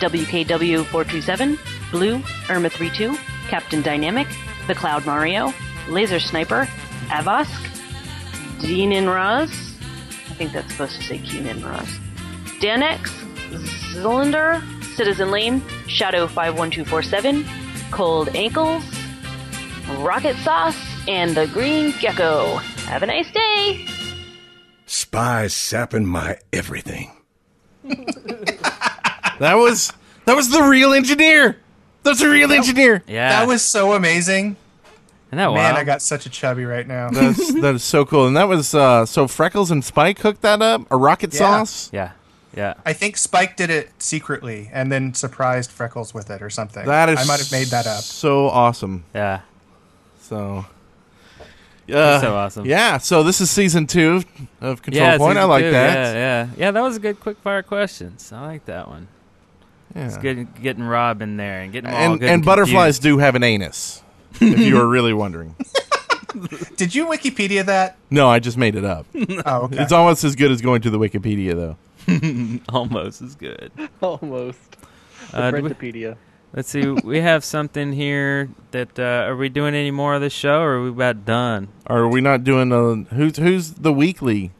R: WKW427, Blue, Irma32, Captain Dynamic, The Cloud Mario, Laser Sniper, Avosk, Deanin Raz, I think that's supposed to say Keenan Raz, Danex, Cylinder, Citizen Lane, Shadow51247, Cold Ankles, Rocket Sauce, and The Green Gecko. Have a nice day!
Q: Spies sapping my everything.
G: That was that was the real engineer. That's a real engineer.
H: Yeah.
I: That was so amazing.
H: And that
I: Man,
G: wild?
I: I got such a chubby right now.
G: That's [laughs] that is so cool. And that was uh, so Freckles and Spike hooked that up. A rocket
I: Yeah.
G: sauce.
H: Yeah. Yeah.
I: I think Spike did it secretly and then surprised Freckles with it or something.
G: That is
I: I might have made that up.
G: So awesome.
H: Yeah.
G: So uh,
H: That's so awesome.
G: Yeah, so this is season two of Control
H: yeah,
G: Point. I
H: season
G: like
H: two,
G: that.
H: Yeah, yeah, yeah. That was a good quick fire questions. I like that one.
G: Yeah.
H: It's good getting Rob in there and getting 'em all
G: And
H: good
G: and butterflies
H: confused.
G: do have an anus. if you were really
H: [laughs]
G: wondering.
I: Did you Wikipedia that?
G: No, I just made
H: [laughs]
G: it up.
I: Oh, okay.
H: [laughs]
G: It's almost as good as going to the Wikipedia though. [laughs]
H: Almost as good.
J: Almost.
H: Uh, do we-
J: Breadtopedia.
H: let's see. we have something here that uh, are we doing any more of this show, or are we about done?
G: Are we not doing the who's who's the weekly?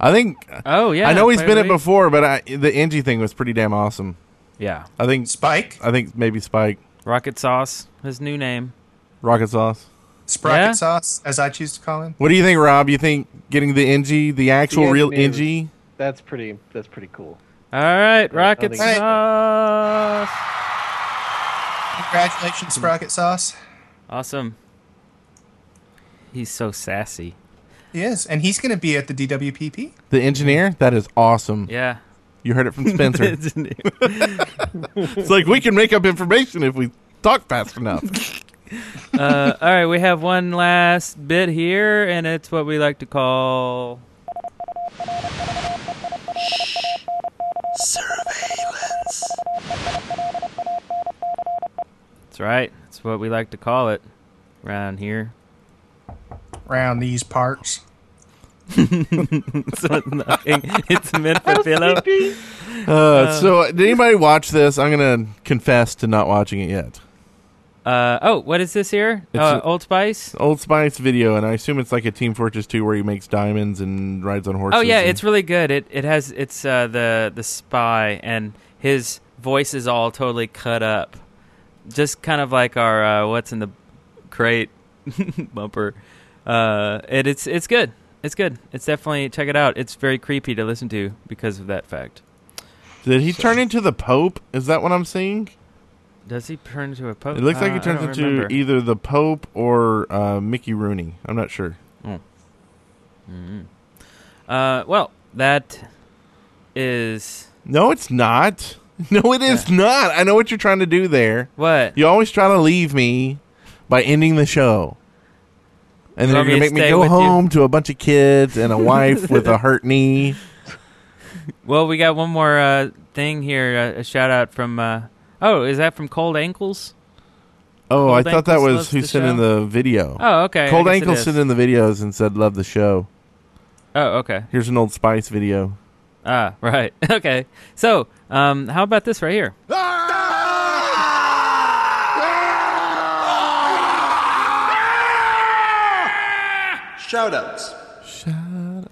G: I think.
H: Oh yeah,
G: I know he's
H: Player of
G: been
H: the
G: it
H: Week.
G: before, but I, the Angie thing was pretty damn awesome.
H: Yeah.
G: I think
I: Spike.
G: I think maybe Spike.
H: Rocket Sauce, his new name.
G: Rocket sauce.
I: Sprocket
H: Yeah?
I: sauce, as I choose to call him.
G: What do you think, Rob? You think getting the NG, the actual
J: Yeah,
G: real
J: maybe.
G: NG?
J: That's pretty. That's pretty cool.
H: All right, Rocket
J: I think-
H: Sauce.
I: Congratulations, Sprocket sauce.
H: Awesome. He's so sassy.
I: He is, and he's going to be at the DWPP.
G: The engineer? That is awesome.
H: Yeah.
G: You heard it from
H: [laughs]
G: Spencer.
H: Engineer.
G: it's like we can make up information if we talk fast enough.
H: uh, all right, we have one last bit here, and it's what we like to call.
N: Surveillance.
H: That's right. That's what we like to call it around here. [laughs]
I: Round these parts.
H: it's, it's meant for pillow.
G: Uh,
H: Um,
G: so, did anybody watch this? I'm going to confess to not watching it yet.
H: Uh, oh, what is this here?
G: It's
H: Uh,
G: a-
H: Old Spice.
G: It's an Old Spice video, and I assume it's like a Team Fortress 2 where he makes diamonds and rides on horses.
H: Oh yeah,
G: and-
H: it's really good. It it has it's uh, the the spy and his voice is all totally cut up, just kind of like our uh, what's in the crate [laughs] bumper. Uh, and it's it's good. It's good. It's definitely check it out. It's very creepy to listen to because of that fact.
G: Did he turn into the Pope? Is that what I'm seeing?
H: Does he turn into a pope?
G: It looks like
H: Uh,
G: he
H: I
G: turns
H: don't
G: into e-
H: remember.
G: either the Pope or uh, Mickey Rooney. I'm not sure.
H: Mm. Uh, well, that is
G: No, it's not. [laughs] No, it is not. I know what you're trying to do there.
H: What?
G: You always try to leave me by ending the show. And
H: You
G: then you're
H: want me to
G: going to make me
H: stay
G: go
H: with you?
G: home to a bunch of kids and a wife with a hurt knee.
H: Well, we got one more uh, thing here. Uh, a shout out from. Uh, oh, is that from Cold Ankles?
G: Oh,
H: Cold
G: I thought that
H: Ankles
G: was
H: loves
G: who
H: the
G: sent in
H: show?
G: the video.
H: Oh, okay, I
G: Cold
H: guess it
G: Ankle
H: is.
G: sent in the videos and said, Love the show.
H: Oh, okay.
G: Here's an old Spice video.
H: Ah, [laughs] right. okay. So, um, how about this right here?
E: Shoutouts.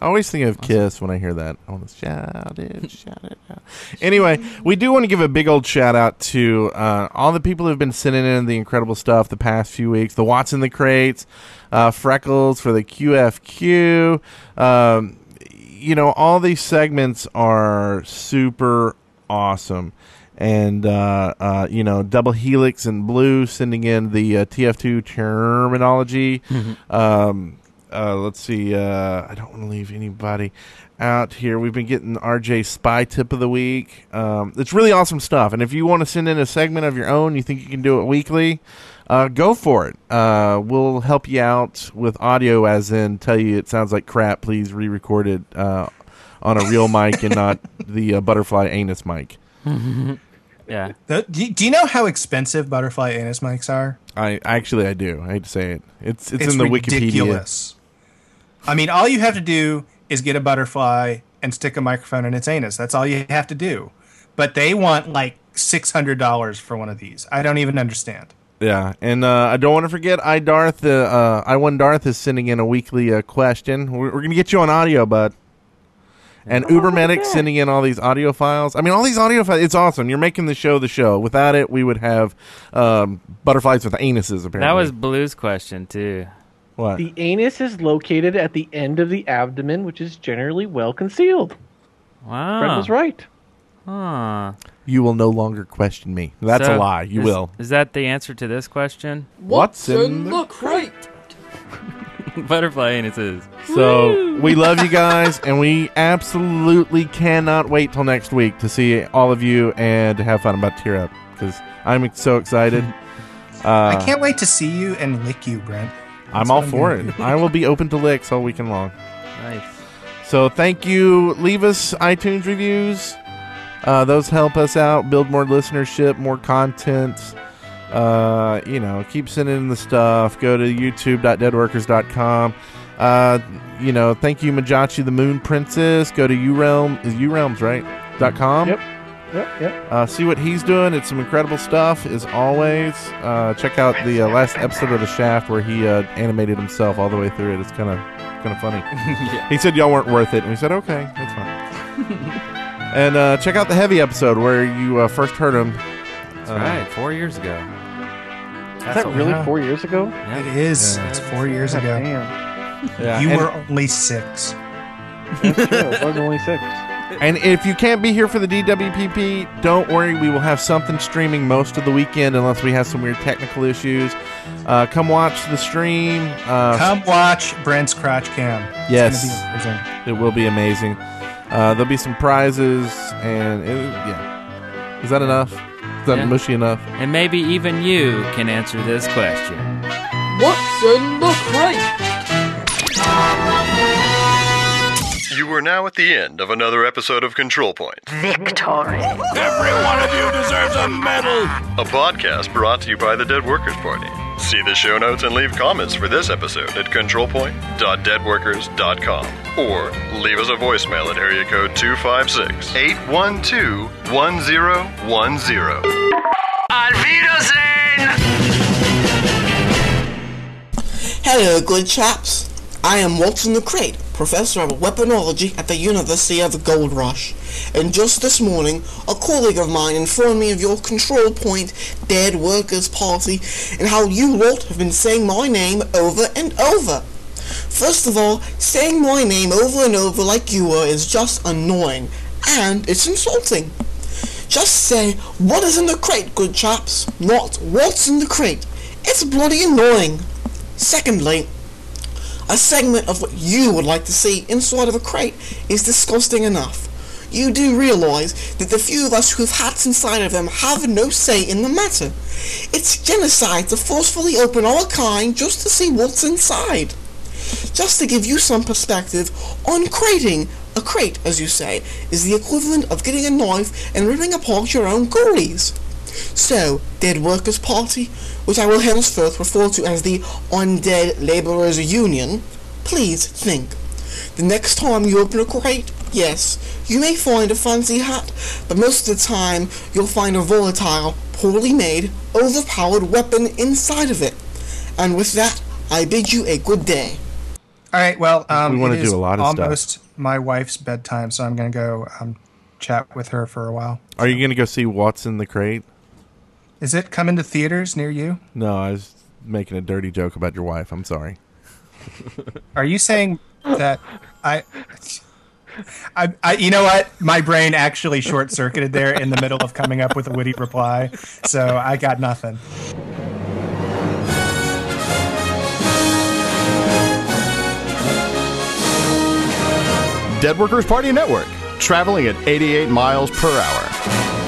G: I always think of Kiss when I hear that. I want to shout it, shout it out. Anyway, we do want to give a big old shout out to uh, all the people who've been sending in the incredible stuff the past few weeks. The Watts in the crates, uh, Freckles for the QFQ. Um, you know, all these segments are super awesome. And, uh, uh, you know, Double Helix and Blue sending in the uh, TF2 terminology. Um, uh, let's see. Uh, I don't want to leave anybody out here. We've been getting RJ Spy Tip of the Week. Um, it's really awesome stuff. And if you want to send in a segment of your own, you think you can do it weekly, uh, go for it. Uh, we'll help you out with audio, as in tell you it sounds like crap. Please re record it uh, on
I: [laughs]
G: a real mic and not the uh, butterfly anus mic.
H: yeah.
I: Do do you know how expensive butterfly anus mics are?
G: I actually I do. I hate to say it. It's it's,
I: It's
G: in the
I: ridiculous. I mean, all you have to do is get a butterfly and stick a microphone in its anus. That's all you have to do. But they want like six hundred dollars for one of these. I don't even understand.
G: Wikipedia. Yeah, and uh, I don't want to forget. I Darth, uh, uh, I one Darth is sending in a weekly uh, question. We're, we're gonna get you on audio, bud. And Uber Medic sending in all these audio files. I mean, all these audio files. It's awesome. You're making the show the show. Without it, we would have um, butterflies with anuses. Apparently,
H: That was Blue's question, too.
G: what
J: The anus is located at the end of the abdomen, which is generally well concealed.
H: Wow.
J: Fred was right.
H: Huh.
G: you will no longer question me. That's
H: So,
G: a lie. You
H: is-
G: will.
H: Is that the answer to this question? [laughs]
G: What's in the
L: crate?
H: Butterfly anuses.
G: So we love you guys, and we absolutely cannot wait till next week to see all of you and to have fun about Tear Up because I'm so
I: [laughs]
G: excited. Uh,
I: I can't wait to see you and lick you, Brent.
G: I'm
I: That's
G: all
I: what
G: for
I: gonna
G: it. I will be open to licks all weekend long.
H: Nice.
G: So thank you. Leave us iTunes reviews. Uh, those help us out, build more listenership, more content. Uh, you know, keep sending in the stuff. Go to youtube.deadworkers.com. Uh, you know, thank you, Majachi the Moon Princess. Go to urealm is urealms right dot com. Yep.
J: Yep, yep.
G: Uh, see what he's doing. It's some incredible stuff, as always. Uh, check out the uh, last episode of The Shaft where he uh, animated himself all the way through it. It's kind of kind of [laughs] funny.
S: Yeah.
G: He said y'all weren't worth it, and we said okay, that's fine. [laughs] and uh, check out the heavy episode where you uh, first heard him. That's
H: right, four years ago.
J: Is that really four years ago?
I: It is. It's four years
J: God
I: ago.
J: Damn.
G: Yeah,
I: You
G: and-
I: were only six.
J: That's true. It was only six.
G: And if you can't be here for the DWPP, don't worry. We will have something streaming most of the weekend unless we have some weird technical issues. Uh, come watch the stream. Uh,
I: Come watch Brent's crotch cam. It's gonna be amazing.
G: Yes, it will be amazing. Uh, there'll be some prizes, and it, yeah, is that enough? Is that
H: Yeah.
G: mushy enough?
H: And maybe even you can answer this question.
L: What's in the crate?
E: You are now at the end of another episode of Control Point,
B: Victory.
E: Every one of you deserves a medal! a podcast brought to you by the Dead Workers Party. See the show notes and leave comments for this episode at controlpoint.deadworkers.com or leave us a voicemail at area code 256 812 1010.
K: Hello, good chaps. I am Walton the Crate, Professor of Weaponology at the University of Gold Rush. And just this morning, a colleague of mine informed me of your control point, Dead Workers Party, and how you lot have been saying my name over and over. First of all, saying my name over and over like you were is just annoying, and it's insulting. Just say, what is in the crate, good chaps? Not, what's in the crate? It's bloody annoying. Secondly, a segment of what you would like to see inside of a crate is disgusting enough. You do realize that the few of us who've hats inside of them have no say in the matter. It's genocide to forcefully open our kind just to see what's inside. Just to give you some perspective on crating, a crate, as you say, is the equivalent of getting a knife and ripping apart your own goalies. So, Dead Workers Party, which I will henceforth refer to as the Undead Labourers Union, please think. The next time you open a crate, yes, you may find a fancy hat, but most of the time you'll find a volatile, poorly made, overpowered weapon inside of it. And with that, I bid you a good day.
I: All right. Well, um,
G: We wanna
I: it is
G: do a lot of stuff.
I: almost my wife's bedtime, so I'm going to go um, chat with her for a while.
G: Are you going to go see What's in the Crate?
I: Is it coming to theaters near you?
G: No, I was making a dirty joke about your wife. I'm sorry.
I: Are you saying that I, [laughs] I, I you know what? My brain actually short circuited there in the middle of coming up with a witty reply, so I got nothing.
A: Dead Workers Party Network, traveling at 88 miles per hour.